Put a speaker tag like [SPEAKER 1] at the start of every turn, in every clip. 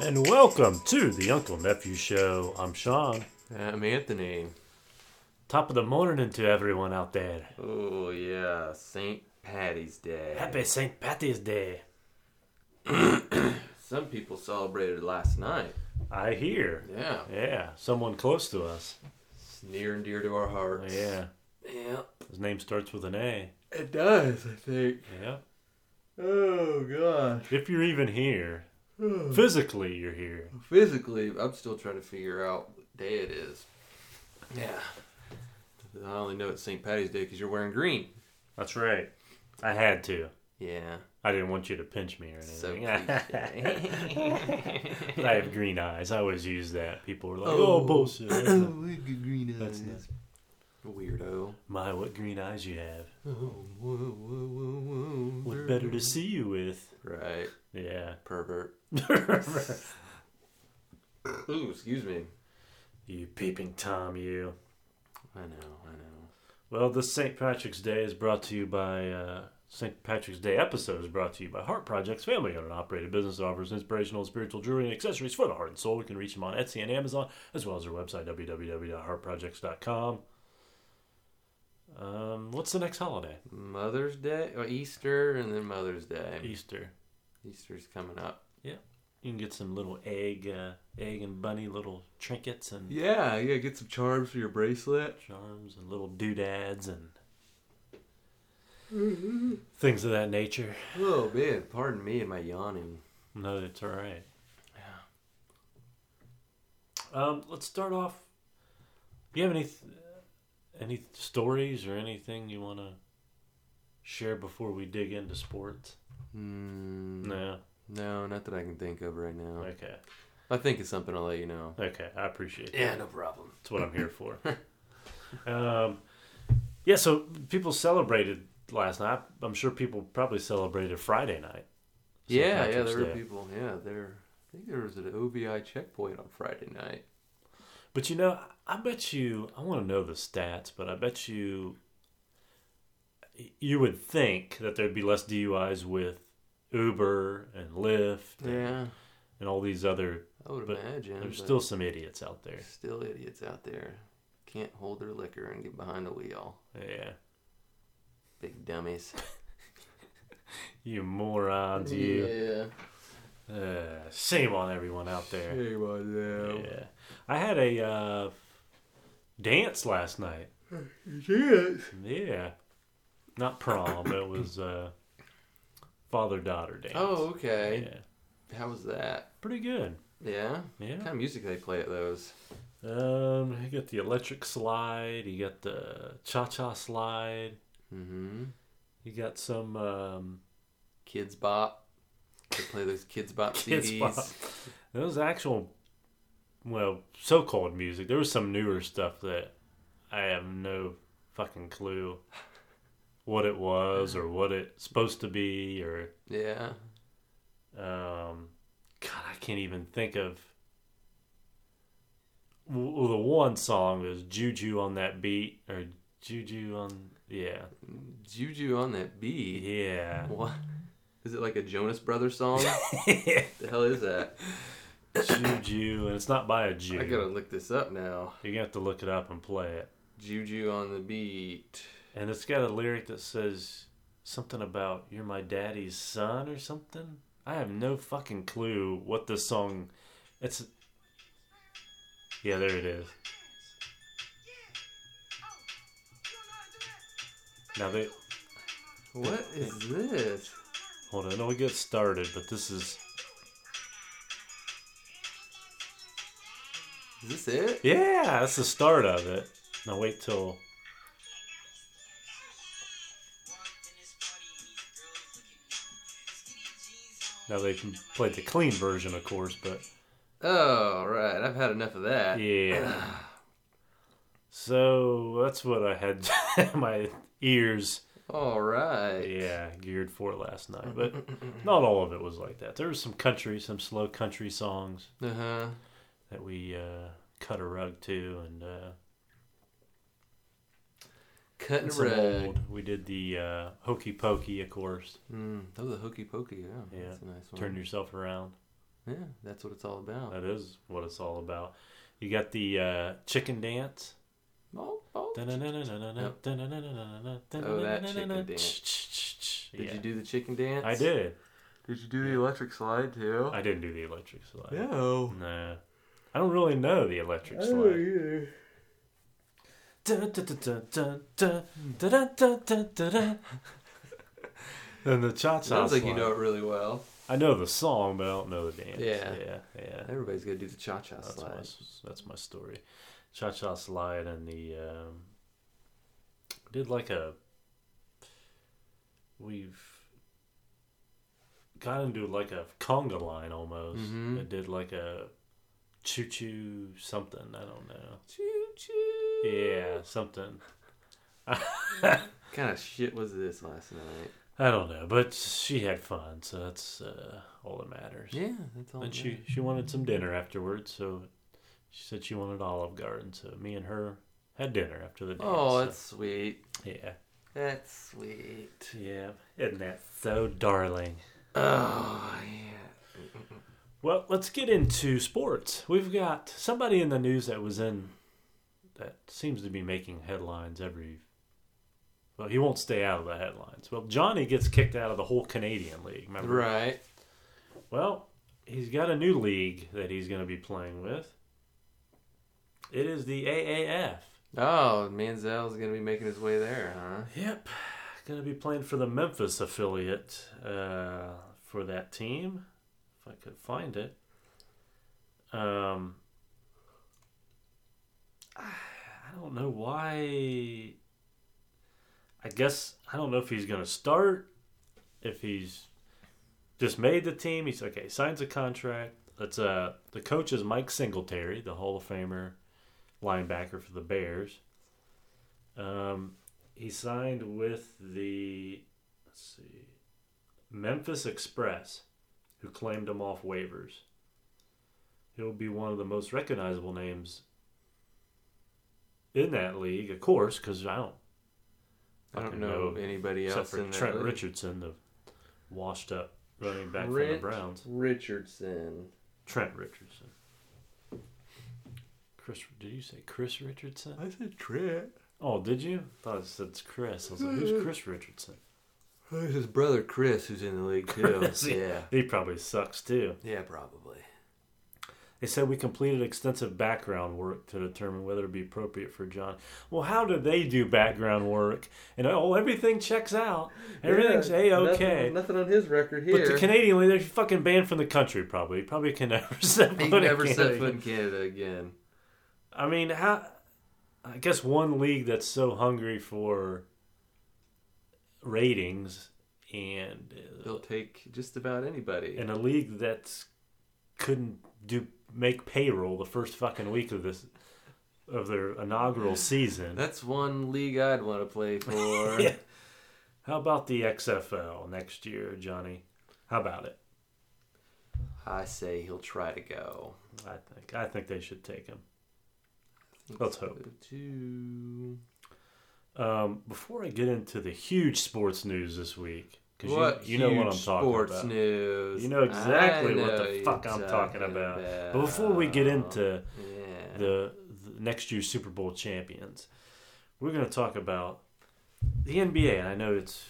[SPEAKER 1] and welcome to the Uncle Nephew Show. I'm Sean.
[SPEAKER 2] I'm Anthony.
[SPEAKER 1] Top of the morning to everyone out there.
[SPEAKER 2] Oh, yeah. St. Patty's Day.
[SPEAKER 1] Happy St. Patty's Day.
[SPEAKER 2] Some people celebrated last night.
[SPEAKER 1] I hear.
[SPEAKER 2] Yeah.
[SPEAKER 1] Yeah, someone close to us.
[SPEAKER 2] It's near and dear to our
[SPEAKER 1] Oh,
[SPEAKER 2] hearts.
[SPEAKER 1] Yeah,
[SPEAKER 2] Yeah.
[SPEAKER 1] his name starts with an A.
[SPEAKER 2] It does, I think.
[SPEAKER 1] Yeah.
[SPEAKER 2] Oh, gosh. Oh,
[SPEAKER 1] If you're even here, physically you're here.
[SPEAKER 2] Physically, I'm still trying to figure out what day it is. Yeah. I only know it's St. Patty's Day because you're wearing green.
[SPEAKER 1] That's right. I had to.
[SPEAKER 2] Yeah.
[SPEAKER 1] I didn't want you to pinch me or
[SPEAKER 2] So
[SPEAKER 1] anything.
[SPEAKER 2] cliche.
[SPEAKER 1] But I have green eyes. I always use that. People were like,
[SPEAKER 2] Oh.
[SPEAKER 1] "Oh, bullshit." That's not-
[SPEAKER 2] we got green
[SPEAKER 1] That's
[SPEAKER 2] eyes. Weirdo.
[SPEAKER 1] My, what green eyes you have.
[SPEAKER 2] Oh, whoa, whoa, whoa, whoa.
[SPEAKER 1] What better to see you with?
[SPEAKER 2] Right.
[SPEAKER 1] Yeah.
[SPEAKER 2] Pervert. Ooh, excuse me.
[SPEAKER 1] you peeping tom, you.
[SPEAKER 2] I know, I know.
[SPEAKER 1] Well, this St. Patrick's Day is brought to you by uh, St. Patrick's Day episode is brought to you by Heart Projects, family owned and operated business that offers inspirational and spiritual jewelry and accessories for the heart and soul. We can reach them on Etsy and Amazon, as well as their website www.heartprojects.com. Um, what's the next holiday?
[SPEAKER 2] Mother's Day, or Easter, and then Mother's Day.
[SPEAKER 1] Easter.
[SPEAKER 2] Easter's coming up.
[SPEAKER 1] You can get some little egg, uh, egg and bunny little trinkets and
[SPEAKER 2] Yeah, yeah. Get some charms for your bracelet.
[SPEAKER 1] charms and little doodads and
[SPEAKER 2] Mm-hmm.
[SPEAKER 1] things of that nature.
[SPEAKER 2] Oh man, pardon me and my yawning.
[SPEAKER 1] No, it's all right. Yeah. Um, let's start off. Do you have any th- any stories or anything you want to share before we dig into sports?
[SPEAKER 2] Mm,
[SPEAKER 1] No.
[SPEAKER 2] no, not that I can think of right now.
[SPEAKER 1] Okay.
[SPEAKER 2] If I think of something, I'll let you know.
[SPEAKER 1] Okay. I appreciate it.
[SPEAKER 2] Yeah, no problem.
[SPEAKER 1] That's what I'm here for. um, yeah. So people celebrated last night. I'm sure people probably celebrated Friday night. St.
[SPEAKER 2] yeah, yeah.
[SPEAKER 1] Patrick's
[SPEAKER 2] There were
[SPEAKER 1] Day.
[SPEAKER 2] people. Yeah, there. I think there was an OVI checkpoint on Friday night.
[SPEAKER 1] But you know, I bet you I want to know the stats, but I bet you you would think that there'd be less DUIs with Uber and Lyft and,
[SPEAKER 2] Yeah,
[SPEAKER 1] and all these other.
[SPEAKER 2] I would
[SPEAKER 1] But
[SPEAKER 2] imagine.
[SPEAKER 1] There's
[SPEAKER 2] but
[SPEAKER 1] still some idiots out there.
[SPEAKER 2] still idiots out there. Can't hold their liquor and get behind the wheel.
[SPEAKER 1] Yeah,
[SPEAKER 2] Big dummies.
[SPEAKER 1] you morons, you.
[SPEAKER 2] Yeah.
[SPEAKER 1] Uh, shame on everyone out there.
[SPEAKER 2] Shame on them.
[SPEAKER 1] Yeah, I had a uh, dance last night.
[SPEAKER 2] Yes.
[SPEAKER 1] Yeah, not prom. it was uh, father daughter dance.
[SPEAKER 2] Oh, okay.
[SPEAKER 1] yeah,
[SPEAKER 2] How was that?
[SPEAKER 1] pretty good.
[SPEAKER 2] Yeah. What
[SPEAKER 1] Yeah.
[SPEAKER 2] kind of music they play at those?
[SPEAKER 1] Um, you got the electric slide, you got the cha cha slide,
[SPEAKER 2] Mm-hmm.
[SPEAKER 1] you got some um
[SPEAKER 2] Kids Bop. They play those Kids Bop
[SPEAKER 1] Kids
[SPEAKER 2] CDs.
[SPEAKER 1] Bop. there was actual well, so called music. There was some newer stuff that I have no fucking clue what it was or what it's supposed to be or
[SPEAKER 2] Yeah.
[SPEAKER 1] um God, I can't even think of well, the one song was Juju on that beat or Juju on yeah.
[SPEAKER 2] Juju on that beat.
[SPEAKER 1] Yeah.
[SPEAKER 2] What? Is it like a Jonas Brothers song? the hell is that?
[SPEAKER 1] Juju, and it's not by a
[SPEAKER 2] I gotta
[SPEAKER 1] Jew.
[SPEAKER 2] look this up now.
[SPEAKER 1] You're gonna have to look it up and play it.
[SPEAKER 2] Juju on the beat.
[SPEAKER 1] And it's got a lyric that says something about you're my daddy's son or something. I have no fucking clue what this song. It's yeah, there it is. Now they
[SPEAKER 2] What is this?
[SPEAKER 1] hold on, I know we get started, but this is
[SPEAKER 2] Is this it?
[SPEAKER 1] yeah, that's the start of it. Now wait till now they can play the clean version, of course, but
[SPEAKER 2] Oh, right. I've had enough of that.
[SPEAKER 1] Yeah. so that's what I had my ears
[SPEAKER 2] All right.
[SPEAKER 1] yeah geared for last night, but not all of it was like that. There was some country, some slow country songs
[SPEAKER 2] Uh huh.
[SPEAKER 1] that we uh, cut a rug to, and uh,
[SPEAKER 2] Cutting
[SPEAKER 1] and
[SPEAKER 2] a
[SPEAKER 1] some
[SPEAKER 2] rug.
[SPEAKER 1] old. We did the uh, hokey pokey, of course.
[SPEAKER 2] Mm, Hmm, that was a hokey pokey. Yeah.
[SPEAKER 1] Yeah.
[SPEAKER 2] That's a nice one.
[SPEAKER 1] Turn yourself around.
[SPEAKER 2] Yeah, that's what it's all about.
[SPEAKER 1] That is what it's all about. You got the uh, chicken dance.
[SPEAKER 2] Oh, oh. Yep.
[SPEAKER 1] that
[SPEAKER 2] chicken
[SPEAKER 1] dance.
[SPEAKER 2] Did you do the chicken dance?
[SPEAKER 1] I did.
[SPEAKER 2] Did you do the electric slide too?
[SPEAKER 1] I didn't do the electric slide.
[SPEAKER 2] no.
[SPEAKER 1] Nah. I don't really know the electric slide.
[SPEAKER 2] either.
[SPEAKER 1] Dun, dun, dun, dun, dun, dun, dun, dun, dun, dun, dun. Then the cha cha.
[SPEAKER 2] Sounds like you know it really well.
[SPEAKER 1] I know the song, but I don't know the dance.
[SPEAKER 2] Yeah.
[SPEAKER 1] yeah, yeah.
[SPEAKER 2] Everybody's got to do the cha cha
[SPEAKER 1] That's
[SPEAKER 2] slide.
[SPEAKER 1] my that's my story. Cha Cha Slide and the um, did like a we've got into like a conga line almost.
[SPEAKER 2] Mhm.
[SPEAKER 1] It did like a choo choo something. I don't know.
[SPEAKER 2] Choo choo.
[SPEAKER 1] Yeah, something.
[SPEAKER 2] kind of shit was this last night?
[SPEAKER 1] I don't know, but she had fun, so that's uh, all that matters.
[SPEAKER 2] Yeah, that's all.
[SPEAKER 1] And
[SPEAKER 2] it
[SPEAKER 1] she
[SPEAKER 2] matters.
[SPEAKER 1] she wanted some dinner afterwards, so she said she wanted Olive Garden. So me and her had dinner after the dance.
[SPEAKER 2] Oh,
[SPEAKER 1] so-
[SPEAKER 2] that's sweet.
[SPEAKER 1] yeah,
[SPEAKER 2] That's sweet.
[SPEAKER 1] yeah. Isn't that so darling?
[SPEAKER 2] Oh yeah.
[SPEAKER 1] Well, let's get into sports. We've got somebody in the news that was in that seems to be making headlines every. Well, he won't stay out of the headlines. Well, Johnny gets kicked out of the whole Canadian league. Remember?
[SPEAKER 2] Right.
[SPEAKER 1] Well, he's got a new league that he's going to be playing with. It is the AAF.
[SPEAKER 2] Oh, Manziel's gonna be making his way there, huh?
[SPEAKER 1] Yep, going to be playing for the Memphis affiliate uh, for that team, if I could find it. Um, I don't know why. I guess I don't know if he's going to start, if he's just made the team. He's okay. Signs a contract. That's uh the coach is Mike Singletary, the Hall of Famer linebacker for the Bears. Um, he signed with the let's see Memphis Express, who claimed him off waivers. He'll be one of the most recognizable names in that league, of course, because I don't
[SPEAKER 2] I don't
[SPEAKER 1] Fucking
[SPEAKER 2] know
[SPEAKER 1] no.
[SPEAKER 2] anybody
[SPEAKER 1] except
[SPEAKER 2] else
[SPEAKER 1] for
[SPEAKER 2] in that
[SPEAKER 1] Trent
[SPEAKER 2] league.
[SPEAKER 1] Richardson, the washed up running back from the
[SPEAKER 2] Trent
[SPEAKER 1] Browns.
[SPEAKER 2] Richardson.
[SPEAKER 1] Trent Richardson. Chris, did you say Chris Richardson?
[SPEAKER 2] I said Trent.
[SPEAKER 1] Oh, did you? thought it said Chris. I was like, who's Chris Richardson?
[SPEAKER 2] Who's his brother Chris, who's in the league too?
[SPEAKER 1] Chris,
[SPEAKER 2] Yeah.
[SPEAKER 1] He probably sucks too.
[SPEAKER 2] Yeah, probably.
[SPEAKER 1] They said we completed extensive background work to determine whether it'd be appropriate for John. Well, how do they do background work? And oh, everything checks out. Everything's a okay.
[SPEAKER 2] Nothing, on his record
[SPEAKER 1] But the
[SPEAKER 2] here.
[SPEAKER 1] Canadian league, they're fucking banned from the country. Probably, probably can never set foot.
[SPEAKER 2] he
[SPEAKER 1] in
[SPEAKER 2] never set
[SPEAKER 1] Canada.
[SPEAKER 2] foot in Canada again.
[SPEAKER 1] I mean, how? I guess one league that's so hungry for ratings and uh,
[SPEAKER 2] They'll take just about anybody.
[SPEAKER 1] and a league that couldn't do make payroll the first fucking week of this of their inaugural season.
[SPEAKER 2] That's one league I'd want to play for.
[SPEAKER 1] Yeah. How about the XFL next year, Johnny? How about it?
[SPEAKER 2] I say he'll try to go.
[SPEAKER 1] I think I think they should take him. Let's hope.
[SPEAKER 2] Two.
[SPEAKER 1] Um, before I get into the huge sports news this week, because
[SPEAKER 2] What
[SPEAKER 1] you, you know what I'm
[SPEAKER 2] huge
[SPEAKER 1] talking
[SPEAKER 2] sports
[SPEAKER 1] about.
[SPEAKER 2] news.
[SPEAKER 1] You know exactly
[SPEAKER 2] I
[SPEAKER 1] what the
[SPEAKER 2] know
[SPEAKER 1] fuck
[SPEAKER 2] you're
[SPEAKER 1] I'm talking about. But before we get
[SPEAKER 2] about.
[SPEAKER 1] into
[SPEAKER 2] yeah.
[SPEAKER 1] the, the next year's Super Bowl champions, we're going to talk about the NBA. And I know it's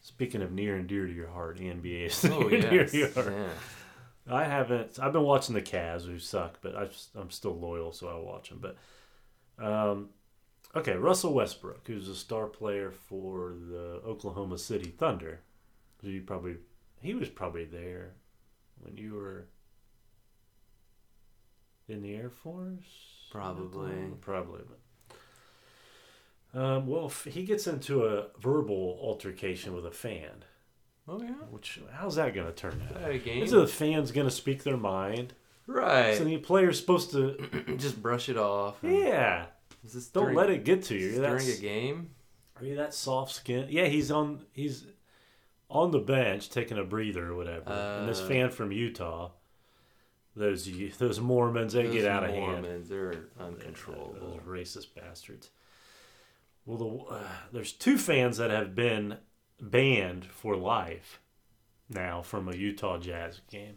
[SPEAKER 1] speaking of near and dear to your heart, the NBA is
[SPEAKER 2] oh
[SPEAKER 1] near and dear
[SPEAKER 2] yes.
[SPEAKER 1] to your heart.
[SPEAKER 2] yeah.
[SPEAKER 1] I haven't. I've been watching the Cavs, who suck, but I just, I'm still loyal, so I watch them. But um, okay, Russell Westbrook, who's a star player for the Oklahoma City Thunder, who you probably he was probably there when you were in the Air Force,
[SPEAKER 2] Probably.
[SPEAKER 1] probably. Um, well, f- he gets into a verbal altercation with a fan,
[SPEAKER 2] Oh yeah.
[SPEAKER 1] which how's that going to turn out?
[SPEAKER 2] Is that a game?
[SPEAKER 1] Is the fans going to speak their mind?
[SPEAKER 2] right.
[SPEAKER 1] So the player's supposed to,
[SPEAKER 2] just brush it off.
[SPEAKER 1] yeah.
[SPEAKER 2] Is this
[SPEAKER 1] Don't
[SPEAKER 2] during,
[SPEAKER 1] let it get to
[SPEAKER 2] is
[SPEAKER 1] you.
[SPEAKER 2] this
[SPEAKER 1] You're
[SPEAKER 2] during a
[SPEAKER 1] that,
[SPEAKER 2] game.
[SPEAKER 1] you're that soft skin. Yeah, he's on. He's on the bench taking a breather or whatever. and this
[SPEAKER 2] Uh.
[SPEAKER 1] fan from Utah, those Ye- those Mormons, they
[SPEAKER 2] Those
[SPEAKER 1] get out of hand.
[SPEAKER 2] Mormons, They're
[SPEAKER 1] Those
[SPEAKER 2] uncontrollable.
[SPEAKER 1] racist bastards. Well, the, uh, there's two fans that have been banned for life now from a Utah Jazz game.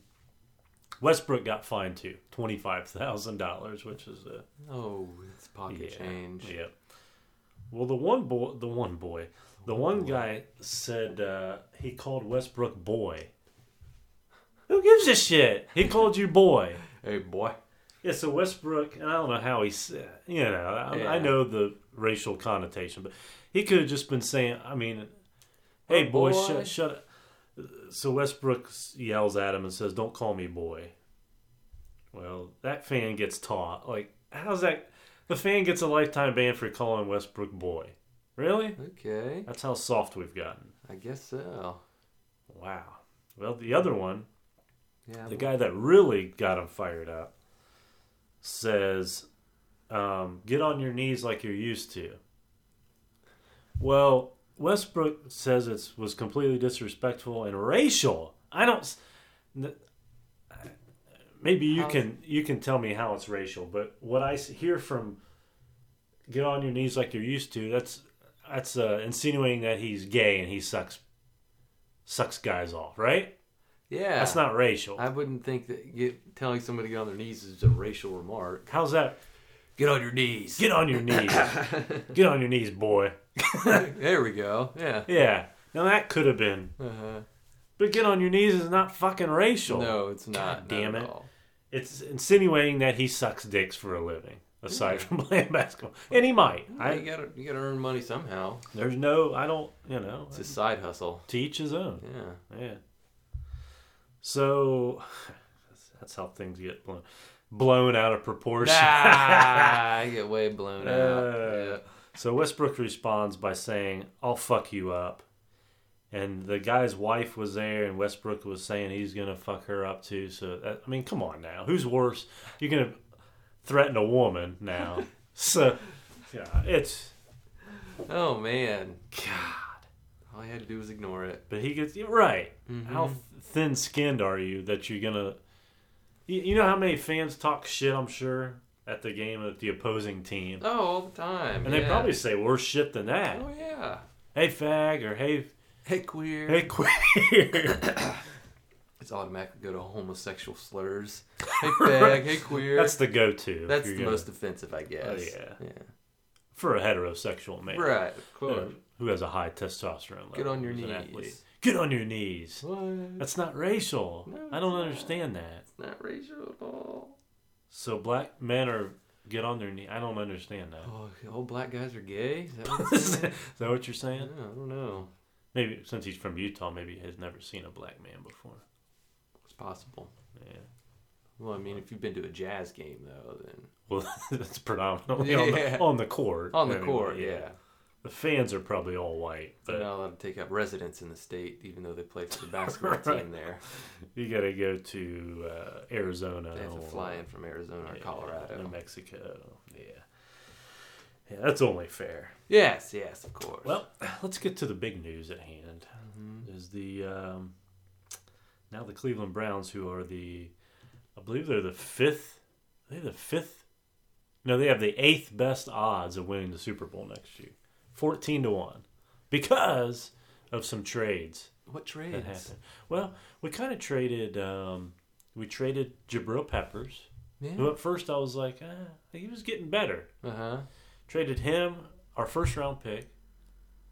[SPEAKER 1] Westbrook got fined too, twenty five thousand dollars, which is a
[SPEAKER 2] Oh, it's pocket
[SPEAKER 1] yeah,
[SPEAKER 2] change.
[SPEAKER 1] Yep. Well, the one boy, the one boy, the one guy said uh, he called Westbrook boy. Who gives a shit? He called you boy.
[SPEAKER 2] Hey, boy.
[SPEAKER 1] Yeah, so Westbrook, and I don't know how he said, you know, I, I
[SPEAKER 2] Yeah.
[SPEAKER 1] know the racial connotation, but he could have just been saying, I mean, hey,
[SPEAKER 2] Oh,
[SPEAKER 1] boy,
[SPEAKER 2] boy.
[SPEAKER 1] shut, shut up. So Westbrook yells at him and says, don't call me boy. Well, that fan gets taught. Like, how's that? The fan gets a lifetime ban for calling Westbrook boy. Really?
[SPEAKER 2] Okay,
[SPEAKER 1] That's how soft we've gotten.
[SPEAKER 2] I guess so.
[SPEAKER 1] Wow. Well, the other one
[SPEAKER 2] Yeah,
[SPEAKER 1] the guy that really got him fired up says, um, "Get on your knees like you're used to." Well, Westbrook says it was completely disrespectful and racial. I don't. s- n- uh, Maybe you
[SPEAKER 2] How's-
[SPEAKER 1] can you can tell me how it's racial, but what I s- hear from "Get on your knees like you're used to" that's that's uh, insinuating that he's gay and he sucks sucks guys off, right?
[SPEAKER 2] yeah.
[SPEAKER 1] That's not racial.
[SPEAKER 2] I wouldn't think that get, telling somebody to get on their knees is a racial remark.
[SPEAKER 1] How's that?
[SPEAKER 2] Get on your knees.
[SPEAKER 1] Get on your knees. Get on your knees, boy.
[SPEAKER 2] there we go. Yeah.
[SPEAKER 1] Yeah. Now that could have been.
[SPEAKER 2] Uh-huh.
[SPEAKER 1] But get on your knees is not fucking racial.
[SPEAKER 2] No, it's
[SPEAKER 1] God
[SPEAKER 2] not.
[SPEAKER 1] damn
[SPEAKER 2] not at
[SPEAKER 1] it.
[SPEAKER 2] all.
[SPEAKER 1] It's insinuating that he sucks dicks for a living, aside from playing basketball. And he might.
[SPEAKER 2] you
[SPEAKER 1] I
[SPEAKER 2] gotta you gotta earn money somehow.
[SPEAKER 1] there's no I don't you know
[SPEAKER 2] It's a side hustle.
[SPEAKER 1] to each his own.
[SPEAKER 2] Yeah.
[SPEAKER 1] Yeah. So that's how things get blown blown out of proportion.
[SPEAKER 2] Nah, I get way blown
[SPEAKER 1] Uh,
[SPEAKER 2] out.
[SPEAKER 1] So Westbrook responds by saying, I'll fuck you up. And the guy's wife was there, and Westbrook was saying he's going to fuck her up too. So, that, I mean, come on now. Who's worse? You're going to threaten a woman now. so, yeah, it's.
[SPEAKER 2] Yeah. Oh man,
[SPEAKER 1] God.
[SPEAKER 2] all I had to do was ignore it.
[SPEAKER 1] But he gets. You're right.
[SPEAKER 2] Mhm.
[SPEAKER 1] How thin skinned are you that you're going to. You, you know how many fans talk shit, I'm sure, at the game of the opposing team?
[SPEAKER 2] Oh, all the time.
[SPEAKER 1] And
[SPEAKER 2] yeah.
[SPEAKER 1] they probably say worse shit than that.
[SPEAKER 2] Oh yeah.
[SPEAKER 1] hey fag or hey
[SPEAKER 2] Hey queer.
[SPEAKER 1] hey queer
[SPEAKER 2] It's automatically go to homosexual slurs. Hey fag. hey queer.
[SPEAKER 1] that's the go-to if
[SPEAKER 2] That's
[SPEAKER 1] you're
[SPEAKER 2] the
[SPEAKER 1] gonna-
[SPEAKER 2] most offensive, I guess.
[SPEAKER 1] Oh, yeah.
[SPEAKER 2] Yeah.
[SPEAKER 1] for a heterosexual man
[SPEAKER 2] Right. Of
[SPEAKER 1] who-
[SPEAKER 2] course.
[SPEAKER 1] who has a high testosterone level
[SPEAKER 2] Get on your
[SPEAKER 1] who's an
[SPEAKER 2] knees.
[SPEAKER 1] athlete. get on your knees
[SPEAKER 2] What?
[SPEAKER 1] that's not racial
[SPEAKER 2] No,
[SPEAKER 1] i don't
[SPEAKER 2] it's not.
[SPEAKER 1] understand that
[SPEAKER 2] It's not racial at all.
[SPEAKER 1] so black men are get on their knee i don't understand that
[SPEAKER 2] Oh, all black guys are gay. Is that what it's-
[SPEAKER 1] is that what you're
[SPEAKER 2] yeah, I
[SPEAKER 1] saying
[SPEAKER 2] don't know.
[SPEAKER 1] maybe since he's from utah maybe he's never seen a black man before
[SPEAKER 2] It's possible.
[SPEAKER 1] yeah
[SPEAKER 2] Well, I mean, if you've been to a jazz game though, then
[SPEAKER 1] well that's predominantly on,
[SPEAKER 2] Yeah.
[SPEAKER 1] the, on the court
[SPEAKER 2] on the
[SPEAKER 1] anyway,
[SPEAKER 2] court, yeah.
[SPEAKER 1] the fans are probably all white
[SPEAKER 2] They're
[SPEAKER 1] but
[SPEAKER 2] not allowed to take up residence in the state, even though they play for the basketball
[SPEAKER 1] Right.
[SPEAKER 2] team there.
[SPEAKER 1] You gotta go to uh, Arizona.
[SPEAKER 2] They have to
[SPEAKER 1] or-
[SPEAKER 2] fly in from Arizona or
[SPEAKER 1] yeah, New
[SPEAKER 2] Colorado.
[SPEAKER 1] Mexico. Yeah. Yeah, that's only fair.
[SPEAKER 2] Yes, yes, of course.
[SPEAKER 1] Well, let's get to the big news at hand.
[SPEAKER 2] Mhm.
[SPEAKER 1] Is the um, now the Cleveland Browns, who are the, I believe they're the fifth. Are they the fifth? No, they have the eighth best odds of winning the Super Bowl next year, fourteen to one, because of some trades
[SPEAKER 2] what
[SPEAKER 1] that
[SPEAKER 2] trades?
[SPEAKER 1] happened. Well, we kind of traded. Um, we traded Jabril Peppers. Who
[SPEAKER 2] Yeah.
[SPEAKER 1] at first I was like, ah, he was getting better.
[SPEAKER 2] Uh huh.
[SPEAKER 1] Traded him, our first round pick,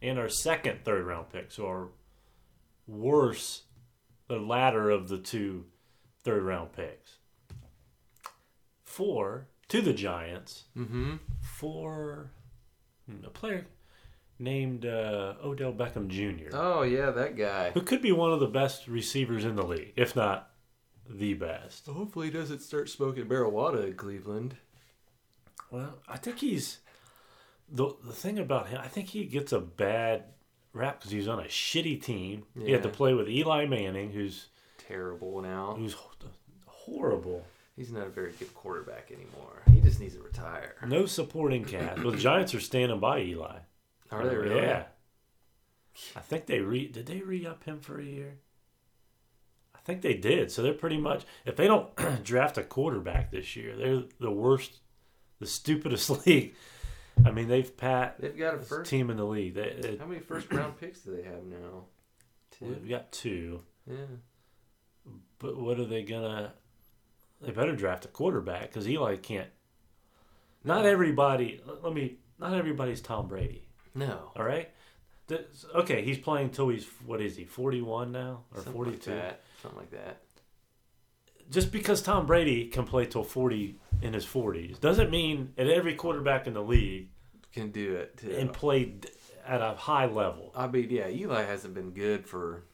[SPEAKER 1] and our second third round pick. So our worse, the latter of the two third round picks. For to the Giants
[SPEAKER 2] Mm-hmm.
[SPEAKER 1] for hmm, a player named uh, Odell Beckham Jr.,
[SPEAKER 2] Oh yeah, that guy.
[SPEAKER 1] who could be one of the best receivers in the league, if not the best.
[SPEAKER 2] Hopefully, he doesn't start smoking marijuana in Cleveland.
[SPEAKER 1] Well, I think he's the the thing about him. I think he gets a bad rap because he's on a shitty team. He had to
[SPEAKER 2] Yeah.
[SPEAKER 1] play with Eli Manning, who's
[SPEAKER 2] Terrible now.
[SPEAKER 1] who's h- horrible.
[SPEAKER 2] He's not a very good quarterback anymore. He just needs to retire.
[SPEAKER 1] No supporting cast. Well, the Giants are standing by Eli.
[SPEAKER 2] Are they really?
[SPEAKER 1] Oh, Yeah. I think they re did they re up him for a year. I think they did. So they're pretty much if they don't draft a quarterback this year, they're the worst, the stupidest league. I mean, they've pat
[SPEAKER 2] They've got a first.
[SPEAKER 1] team in the league. They, they-
[SPEAKER 2] How many first round picks do they have now? Two.
[SPEAKER 1] We've got two,
[SPEAKER 2] Yeah.
[SPEAKER 1] but what are they gonna? They better draft a quarterback because Eli can't.
[SPEAKER 2] Oh.
[SPEAKER 1] Not everybody. Let me. Not everybody's Tom Brady.
[SPEAKER 2] No.
[SPEAKER 1] All right. This- okay, he's playing till he's what is he? Forty-one now or
[SPEAKER 2] Something like
[SPEAKER 1] forty-two?
[SPEAKER 2] that. Something like that.
[SPEAKER 1] Just because Tom Brady can play till forty in his forties doesn't mean that every quarterback in the league
[SPEAKER 2] Can do it. Too.
[SPEAKER 1] and played at a high level,
[SPEAKER 2] I mean, yeah, Eli hasn't been good for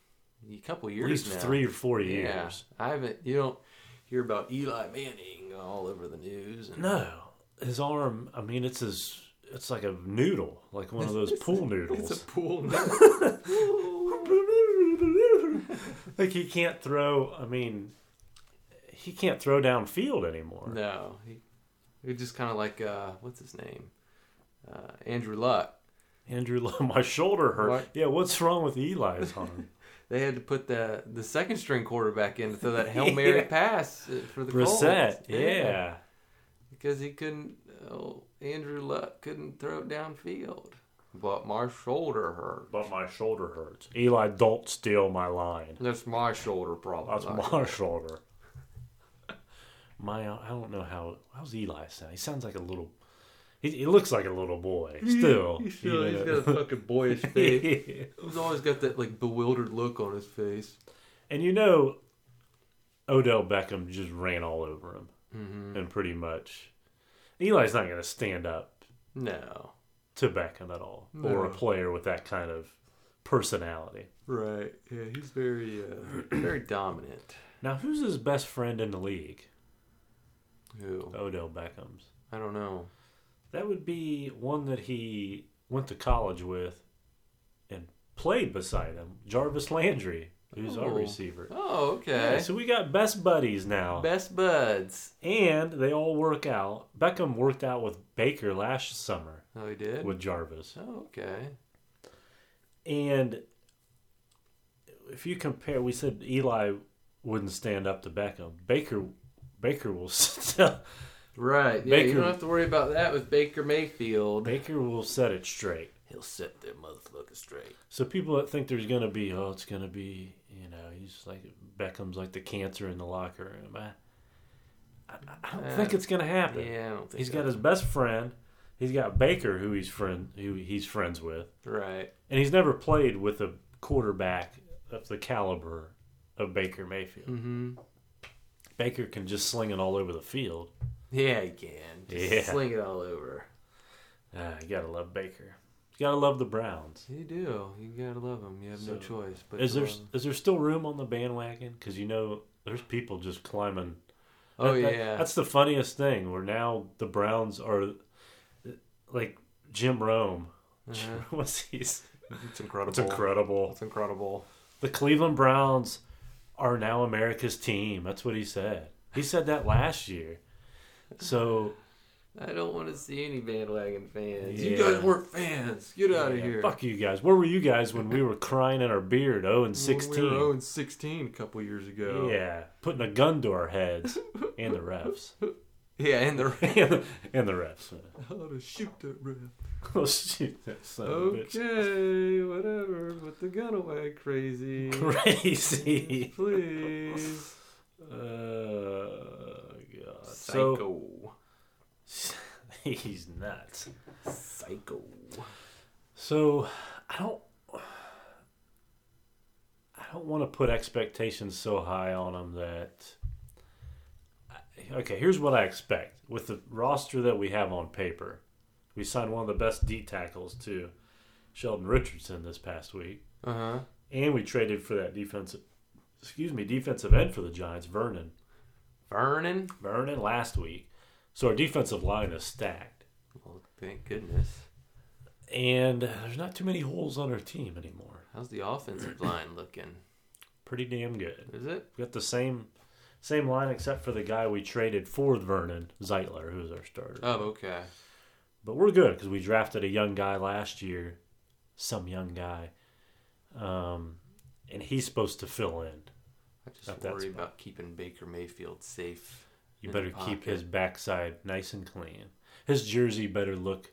[SPEAKER 2] a couple years
[SPEAKER 1] at least
[SPEAKER 2] now.
[SPEAKER 1] three or four years.
[SPEAKER 2] Yeah, I haven't. You don't hear about Eli Manning all over the news. And
[SPEAKER 1] No, his arm. I mean, it's his. It's like a noodle, like one of those pool noodles.
[SPEAKER 2] it's a pool. now.
[SPEAKER 1] like he can't throw. I mean, he can't throw downfield anymore.
[SPEAKER 2] no, he, he just kind of like uh, what's his name, uh, Andrew Luck.
[SPEAKER 1] Andrew, Luck- my shoulder hurt.
[SPEAKER 2] What?
[SPEAKER 1] Yeah, what's wrong with Eli's arm?
[SPEAKER 2] They had to put the the second string quarterback in to throw that hail mary
[SPEAKER 1] Yeah.
[SPEAKER 2] pass uh, for the
[SPEAKER 1] Brissett.
[SPEAKER 2] Colts.
[SPEAKER 1] Yeah.
[SPEAKER 2] because he couldn't. Oh, Andrew Luck couldn't throw it downfield. But my shoulder hurt.
[SPEAKER 1] but my shoulder hurts. Eli, don't steal my line.
[SPEAKER 2] That's my shoulder problem.
[SPEAKER 1] That's
[SPEAKER 2] not
[SPEAKER 1] my
[SPEAKER 2] yours.
[SPEAKER 1] shoulder. My, I don't know how. How's Eli sound? He sounds like a little. He, he looks like a little boy still.
[SPEAKER 2] He's, still,
[SPEAKER 1] you
[SPEAKER 2] he's
[SPEAKER 1] know.
[SPEAKER 2] got a fucking boyish face. he's always got that like bewildered look on his face.
[SPEAKER 1] and you know, Odell Beckham just ran all over him.
[SPEAKER 2] Mm-hmm.
[SPEAKER 1] and pretty much Eli's not going to stand up
[SPEAKER 2] No,
[SPEAKER 1] to Beckham at all,
[SPEAKER 2] No.
[SPEAKER 1] or a player with that kind of personality.
[SPEAKER 2] right? Yeah, he's very uh, very dominant.
[SPEAKER 1] Now, who's his best friend in the league?
[SPEAKER 2] Who
[SPEAKER 1] Odell Beckham's.
[SPEAKER 2] I don't know.
[SPEAKER 1] That would be one that he went to college with and played beside him, Jarvis Landry, who's our
[SPEAKER 2] Oh.
[SPEAKER 1] receiver.
[SPEAKER 2] Oh, okay.
[SPEAKER 1] Yeah, so we got best buddies now,
[SPEAKER 2] Best buds.
[SPEAKER 1] and they all work out. Beckham worked out with Baker last summer
[SPEAKER 2] Oh, he did.
[SPEAKER 1] with Jarvis.
[SPEAKER 2] Oh, okay.
[SPEAKER 1] And if you compare, we said Eli wouldn't stand up to Beckham. Baker, Baker will still,
[SPEAKER 2] Right. Yeah, you
[SPEAKER 1] Baker-
[SPEAKER 2] don't have to worry about that with Baker Mayfield.
[SPEAKER 1] Baker will set it straight.
[SPEAKER 2] He'll set that motherfucker straight.
[SPEAKER 1] So people that think there's gonna be, oh, it's gonna be, you know, he's like Beckham's like the cancer in the locker room. I, I, I don't
[SPEAKER 2] Uh,
[SPEAKER 1] think it's gonna happen.
[SPEAKER 2] Yeah, I don't think
[SPEAKER 1] he's got
[SPEAKER 2] so.
[SPEAKER 1] his best friend. He's got Baker, who he's friend, who he's friends with,
[SPEAKER 2] right.
[SPEAKER 1] and he's never played with a quarterback of the caliber of Baker Mayfield.
[SPEAKER 2] Mm-hmm.
[SPEAKER 1] Baker can just sling it all over the field.
[SPEAKER 2] Yeah, he can. Just
[SPEAKER 1] Yeah.
[SPEAKER 2] sling it all over.
[SPEAKER 1] Ah, you gotta love Baker. You gotta love the Browns.
[SPEAKER 2] You do. You gotta love him. You have
[SPEAKER 1] So,
[SPEAKER 2] no choice. But
[SPEAKER 1] Is
[SPEAKER 2] to
[SPEAKER 1] there
[SPEAKER 2] love him.
[SPEAKER 1] is there still room on the bandwagon? Because you know there's people just climbing.
[SPEAKER 2] Oh
[SPEAKER 1] That- that-
[SPEAKER 2] yeah.
[SPEAKER 1] that's the funniest thing. Where now the Browns are like Jim Rome.
[SPEAKER 2] Uh-huh.
[SPEAKER 1] What's he's?
[SPEAKER 2] It's incredible.
[SPEAKER 1] It's incredible.
[SPEAKER 2] It's incredible.
[SPEAKER 1] The Cleveland Browns are now America's team. That's what he said. He said that last year. So
[SPEAKER 2] I don't want to see any bandwagon fans. You
[SPEAKER 1] Yeah.
[SPEAKER 2] guys weren't fans. Get out of
[SPEAKER 1] yeah,
[SPEAKER 2] here.
[SPEAKER 1] fuck you guys. Where were you guys when we were crying in our beard? Oh, and
[SPEAKER 2] When we
[SPEAKER 1] sixteen.
[SPEAKER 2] were 0 and 16 a couple years ago.
[SPEAKER 1] Yeah, putting a gun to our heads and the refs
[SPEAKER 2] Yeah, and the
[SPEAKER 1] and, and the refs.
[SPEAKER 2] how to shoot that ref.
[SPEAKER 1] Oh, shoot, that son of a bitch.
[SPEAKER 2] Okay, whatever. Put the gun away, crazy.
[SPEAKER 1] Crazy.
[SPEAKER 2] Please.
[SPEAKER 1] Uh, God. So
[SPEAKER 2] Psycho.
[SPEAKER 1] he's nuts.
[SPEAKER 2] Psycho.
[SPEAKER 1] So I don't. I don't want to put expectations so high on him that. I- Okay, here's what I expect with the roster that we have on paper. We signed one of the best D tackles to Sheldon Richardson this past week,
[SPEAKER 2] Uh huh.
[SPEAKER 1] and we traded for that defensive, excuse me, defensive end for the Giants, Vernon,
[SPEAKER 2] Vernon.
[SPEAKER 1] Vernon last week. So our defensive line is stacked,
[SPEAKER 2] Well, Oh, thank goodness.
[SPEAKER 1] and there's not too many holes on our team anymore.
[SPEAKER 2] How's the offensive line looking?
[SPEAKER 1] Pretty damn good.
[SPEAKER 2] Is it?
[SPEAKER 1] We got the same same line except for the guy we traded for Vernon Zeitler, who's our starter.
[SPEAKER 2] Oh, okay.
[SPEAKER 1] But we're good because we drafted a young guy last year, some young guy, um, and he's supposed to fill in.
[SPEAKER 2] I just
[SPEAKER 1] Not that
[SPEAKER 2] worry
[SPEAKER 1] spot.
[SPEAKER 2] about keeping Baker Mayfield safe.
[SPEAKER 1] You
[SPEAKER 2] In the
[SPEAKER 1] better keep
[SPEAKER 2] pocket.
[SPEAKER 1] his backside nice and clean. His jersey better look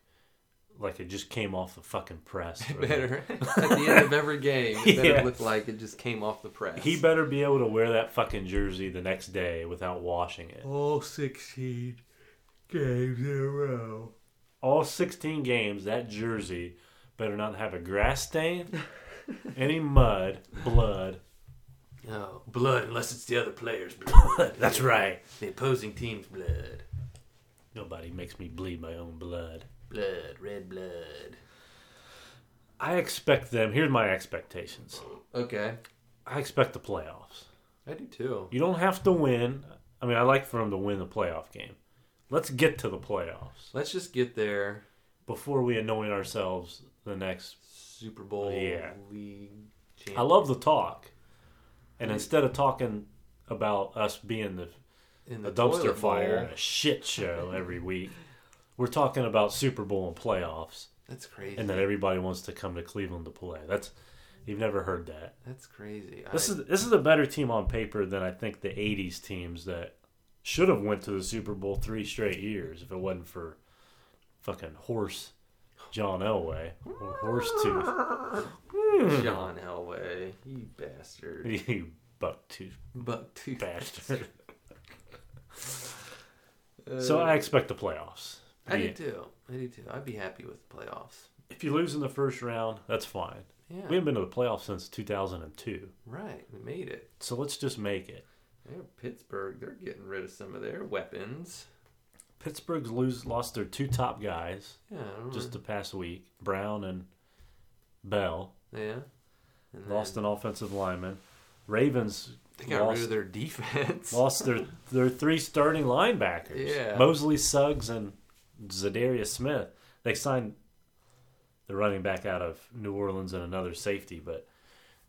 [SPEAKER 1] like it just came off the fucking press. or the-
[SPEAKER 2] Better at the end of every game, it better
[SPEAKER 1] Yeah.
[SPEAKER 2] look like it just came off the press.
[SPEAKER 1] He better be able to wear that fucking jersey the next day without washing it.
[SPEAKER 2] all sixteen games in a row.
[SPEAKER 1] All 16 games, that jersey better not have a grass stain, any mud, blood.
[SPEAKER 2] Oh, blood! Unless it's the other player's blood.
[SPEAKER 1] That's right.
[SPEAKER 2] The opposing team's blood.
[SPEAKER 1] Nobody makes me bleed my own blood.
[SPEAKER 2] Blood, red blood.
[SPEAKER 1] I expect them. Here's my expectations.
[SPEAKER 2] Okay,
[SPEAKER 1] I expect the playoffs.
[SPEAKER 2] I do too.
[SPEAKER 1] You don't have to win. I mean, I like for them to win the playoff game. Let's get to the playoffs
[SPEAKER 2] Let's just get there.
[SPEAKER 1] before we anoint ourselves the next.
[SPEAKER 2] Super Bowl
[SPEAKER 1] Yeah.
[SPEAKER 2] league.
[SPEAKER 1] I love the talk. And instead of talking about us being the
[SPEAKER 2] in
[SPEAKER 1] a dumpster
[SPEAKER 2] toilet bowl.
[SPEAKER 1] fire and a shit show every week. We're talking about Super Bowl and playoffs,
[SPEAKER 2] That's crazy.
[SPEAKER 1] and that everybody wants to come to Cleveland to play. That's you've never heard that.
[SPEAKER 2] That's crazy.
[SPEAKER 1] This
[SPEAKER 2] I,
[SPEAKER 1] is this is a better team on paper than I think the '80s teams that should have went to the Super Bowl three straight years if it wasn't for fucking horse John Elway or horse tooth.
[SPEAKER 2] John Elway, you bastard,
[SPEAKER 1] you buck tooth
[SPEAKER 2] buck tooth
[SPEAKER 1] bastard.
[SPEAKER 2] Uh,
[SPEAKER 1] So I expect the playoffs.
[SPEAKER 2] I do
[SPEAKER 1] Yeah.
[SPEAKER 2] too. I do too. I'd be happy with the playoffs.
[SPEAKER 1] If you lose in the first round, that's fine.
[SPEAKER 2] Yeah,
[SPEAKER 1] We haven't been to the playoffs since 2002.
[SPEAKER 2] right. We made it.
[SPEAKER 1] So let's just make it.
[SPEAKER 2] Yeah, Pittsburgh, they're getting rid of some of their weapons.
[SPEAKER 1] Pittsburgh's lose lost their two top guys
[SPEAKER 2] Yeah, I don't
[SPEAKER 1] just the past week, Brown and Bell.
[SPEAKER 2] remember. yeah. And
[SPEAKER 1] Lost
[SPEAKER 2] then
[SPEAKER 1] an offensive lineman. Ravens
[SPEAKER 2] They got rid
[SPEAKER 1] lost-
[SPEAKER 2] of their defense.
[SPEAKER 1] lost their their three starting linebackers.
[SPEAKER 2] Yeah.
[SPEAKER 1] Mosley, Suggs, and Zadarius Smith. They signed the running back out of New Orleans and another safety, but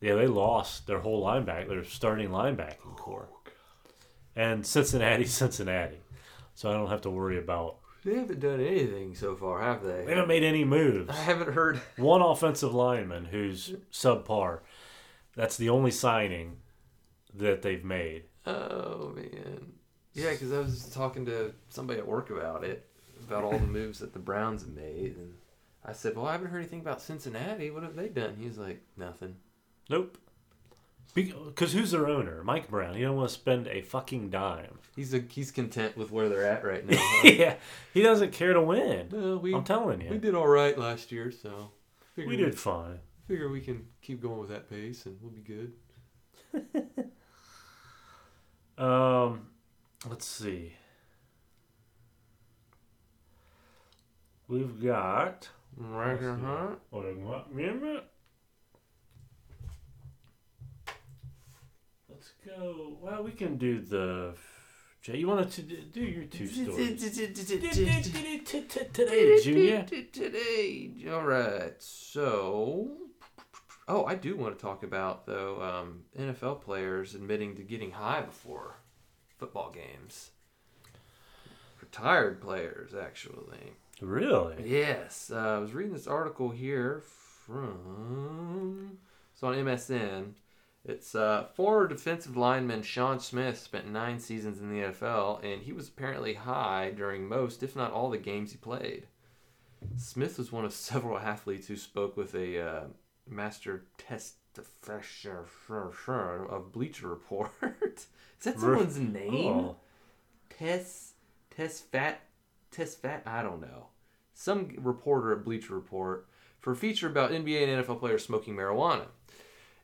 [SPEAKER 1] yeah, they lost their whole linebacker, their starting linebacking core. And Cincinnati, Cincinnati. So I don't have to worry about.
[SPEAKER 2] They haven't done anything so far, have
[SPEAKER 1] They
[SPEAKER 2] they?
[SPEAKER 1] haven't made any moves.
[SPEAKER 2] I haven't heard.
[SPEAKER 1] One offensive lineman who's subpar. That's the only signing that they've made.
[SPEAKER 2] Oh man. Yeah, because I was talking to somebody at work about it, about all the moves that the Browns have made, and I said, "Well, I haven't heard anything about Cincinnati. What have they done?" He's like, "Nothing."
[SPEAKER 1] Nope. Because who's their owner? Mike Brown. He don't want to spend a fucking dime.
[SPEAKER 2] He's a, he's content with where they're at right now. huh?
[SPEAKER 1] yeah, he doesn't care to win.
[SPEAKER 2] well, we
[SPEAKER 1] I'm telling
[SPEAKER 2] we
[SPEAKER 1] you,
[SPEAKER 2] did all right last year, so figure
[SPEAKER 1] we did fine.
[SPEAKER 2] Figure we can keep going with that pace, and we'll be good.
[SPEAKER 1] Um, let's see. We've got.
[SPEAKER 2] Right, huh?
[SPEAKER 1] Hold on one minute. Let's go. Well, we can do the. Jay, you wanted to do do your two stories. Today, Junior.
[SPEAKER 2] Today. All right. So, oh, I do want to talk about though um, NFL players admitting to getting high before football games. Retired players, actually.
[SPEAKER 1] Really?
[SPEAKER 2] Yes, uh, I was reading this article here from. It's on MSN. It's uh, former defensive lineman Sean Smith spent nine seasons in the NFL, and he was apparently high during most, if not all, the games he played. Smith was one of several athletes who spoke with a uh, master testifier of Bleacher Report. Is that someone's name?
[SPEAKER 1] Oh.
[SPEAKER 2] Tess Tess Fat Tess Fat I don't know. Some reporter at Bleacher Report for a feature about NBA and NFL players smoking marijuana.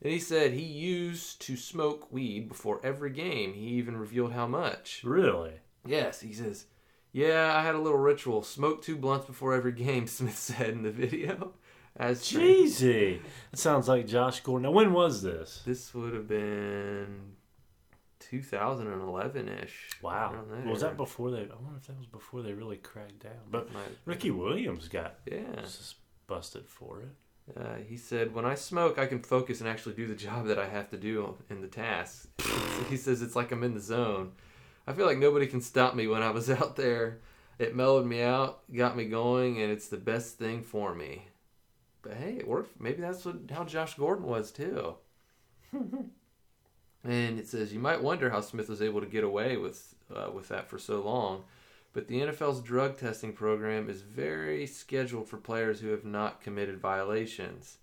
[SPEAKER 2] And he said he used to smoke weed before every game. He even revealed how much.
[SPEAKER 1] Really?
[SPEAKER 2] Yes, he says, Yeah, I had a little ritual. Smoke two blunts before every game, Smith said in the video. As strange-
[SPEAKER 1] Jeezy. That sounds like Josh Gordon. Now, when was this?
[SPEAKER 2] this would have been 2011 ish.
[SPEAKER 1] Wow. Was that before they? I wonder if that was before they really cracked down. But Ricky Williams got
[SPEAKER 2] Yeah.
[SPEAKER 1] sus- busted for it.
[SPEAKER 2] Uh, he said, "When I smoke, I can focus and actually do the job that I have to do in the task." he says, "It's like I'm in the zone. I feel like nobody can stop me when I was out there. It mellowed me out, got me going, and it's the best thing for me." But hey, it worked. Maybe that's what how Josh Gordon was too. and it says you might wonder how Smith was able to get away with uh, with that for so long. But the NFL's drug testing program is very scheduled for players who have not committed violations.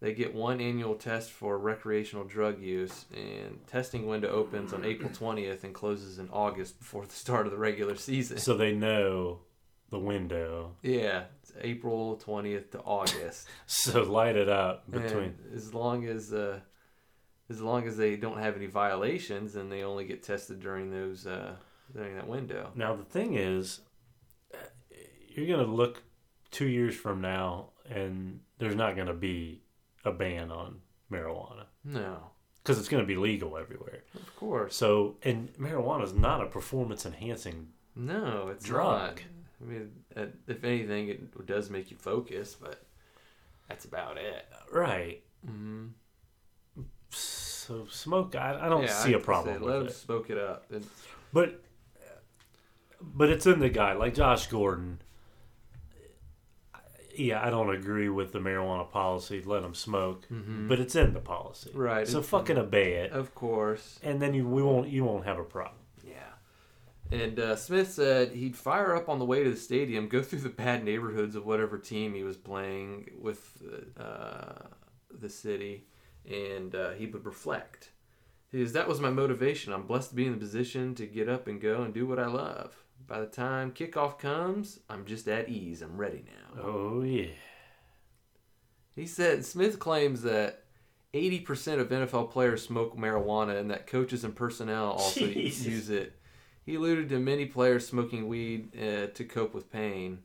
[SPEAKER 2] They get one annual test for recreational drug use, and testing window opens on April 20th and closes in August before the start of the regular season.
[SPEAKER 1] So they know the window.
[SPEAKER 2] Yeah, it's April 20th to August.
[SPEAKER 1] So light it up
[SPEAKER 2] And
[SPEAKER 1] between.
[SPEAKER 2] as long as uh, as long as they don't have any violations and they only get tested during those uh, during that window.
[SPEAKER 1] Now the thing is, uh, you're gonna look two years from now, and there's not gonna be a ban on marijuana
[SPEAKER 2] No,
[SPEAKER 1] because it's gonna be legal everywhere.
[SPEAKER 2] of course,
[SPEAKER 1] So, and marijuana is not a performance enhancing
[SPEAKER 2] no, it's
[SPEAKER 1] drug.
[SPEAKER 2] not. I mean, uh, if anything, it does make you focus, but that's about it.
[SPEAKER 1] Right.
[SPEAKER 2] Mm-hmm.
[SPEAKER 1] So smoke, I, I don't see a problem
[SPEAKER 2] let
[SPEAKER 1] with
[SPEAKER 2] them
[SPEAKER 1] it.
[SPEAKER 2] smoke it up. It's,
[SPEAKER 1] But but it's in the guy like Josh Gordon. Yeah, I don't agree with the marijuana policy. Let them smoke, but it's in the policy,
[SPEAKER 2] Right.
[SPEAKER 1] So fucking obey it,
[SPEAKER 2] of course,
[SPEAKER 1] and then you we won't you won't have a problem.
[SPEAKER 2] yeah. And uh, Smith said he'd fire up on the way to the stadium, go through the bad neighborhoods of whatever team he was playing with uh, the city, and uh, he would reflect. He says, That was my motivation. I'm blessed to be in the position to get up and go and do what I love. By the time kickoff comes, I'm just at ease. I'm ready now.
[SPEAKER 1] Oh yeah,
[SPEAKER 2] He said Smith claims that 80% of NFL players smoke marijuana and that coaches and personnel also
[SPEAKER 1] Jesus.
[SPEAKER 2] use it. He alluded to many players smoking weed uh, to cope with pain.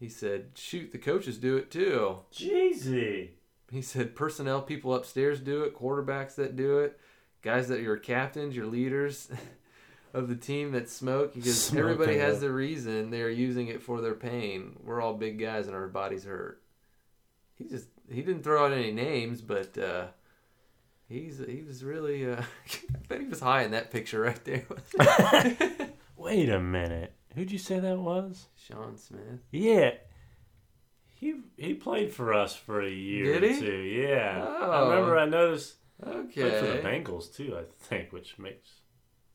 [SPEAKER 2] He said, shoot, the coaches do it too.
[SPEAKER 1] Jeezy.
[SPEAKER 2] He said, personnel people upstairs do it, quarterbacks that do it, guys that are your captains, your leaders of the team that smoke. He goes,
[SPEAKER 1] Smoking
[SPEAKER 2] everybody has
[SPEAKER 1] it.
[SPEAKER 2] their reason they're using it for their pain. We're all big guys and our bodies hurt. He just he didn't throw out any names, but uh, he's he was really uh, I bet he was high in that picture right there.
[SPEAKER 1] Wait a minute, who'd you say that was?
[SPEAKER 2] Sean Smith.
[SPEAKER 1] Yeah. He, he played for us for a year
[SPEAKER 2] Did
[SPEAKER 1] or
[SPEAKER 2] he?
[SPEAKER 1] two. Yeah, I
[SPEAKER 2] Oh.
[SPEAKER 1] remember. I noticed Played for the
[SPEAKER 2] Okay,
[SPEAKER 1] Bengals too, I think, which makes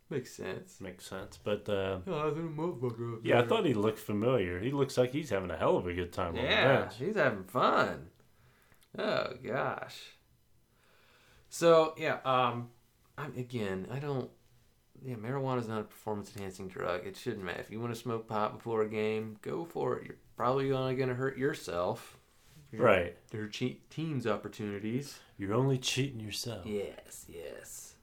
[SPEAKER 2] makes sense.
[SPEAKER 1] makes sense. But uh,
[SPEAKER 2] Oh, I was in a motherfucker up
[SPEAKER 1] yeah, I
[SPEAKER 2] there.
[SPEAKER 1] thought he looked familiar. He looks like he's having a hell of a good time on the
[SPEAKER 2] Yeah,
[SPEAKER 1] bench.
[SPEAKER 2] he's having fun. Oh gosh. So yeah, um, I'm again. I don't. Yeah, marijuana is not a performance enhancing drug. It shouldn't matter. If you want to smoke pot before a game, go for it. You're probably only going to hurt yourself. Your,
[SPEAKER 1] Right,
[SPEAKER 2] Your che- team's opportunities.
[SPEAKER 1] you're only cheating yourself.
[SPEAKER 2] Yes, yes.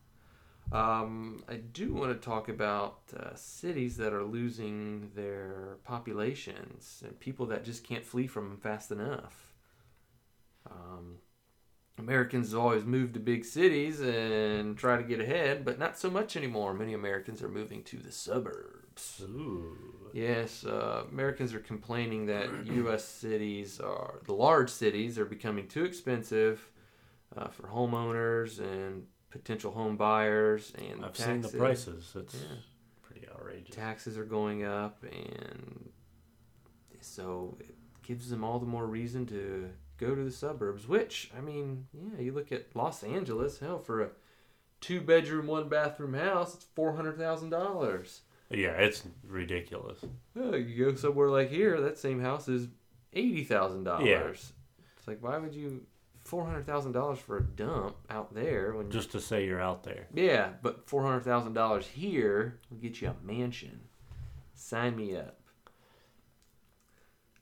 [SPEAKER 2] Um, I do want to talk about uh, cities that are losing their populations and people that just can't flee from them fast enough. Um, Americans always move to big cities and try to get ahead, but not so much anymore. Many Americans are moving to the suburbs.
[SPEAKER 1] Ooh.
[SPEAKER 2] Yes, uh, Americans are complaining that U.S. cities are the large cities are becoming too expensive uh, for homeowners and potential home buyers, and
[SPEAKER 1] I've seen the
[SPEAKER 2] taxes-
[SPEAKER 1] prices. It's
[SPEAKER 2] Yeah.
[SPEAKER 1] pretty outrageous.
[SPEAKER 2] Taxes are going up, and so it gives them all the more reason to go to the suburbs. Which I mean, yeah, you look at Los Angeles. Hell, for a two-bedroom, one-bathroom house, it's four hundred thousand dollars.
[SPEAKER 1] Yeah, it's ridiculous.
[SPEAKER 2] Oh, you go somewhere like here, that same house is eighty thousand
[SPEAKER 1] Yeah.
[SPEAKER 2] dollars. It's like why would you four hundred thousand dollars for a dump out there when
[SPEAKER 1] Just to say you're out there.
[SPEAKER 2] Yeah, but four hundred thousand dollars here will get you a mansion. Sign me up.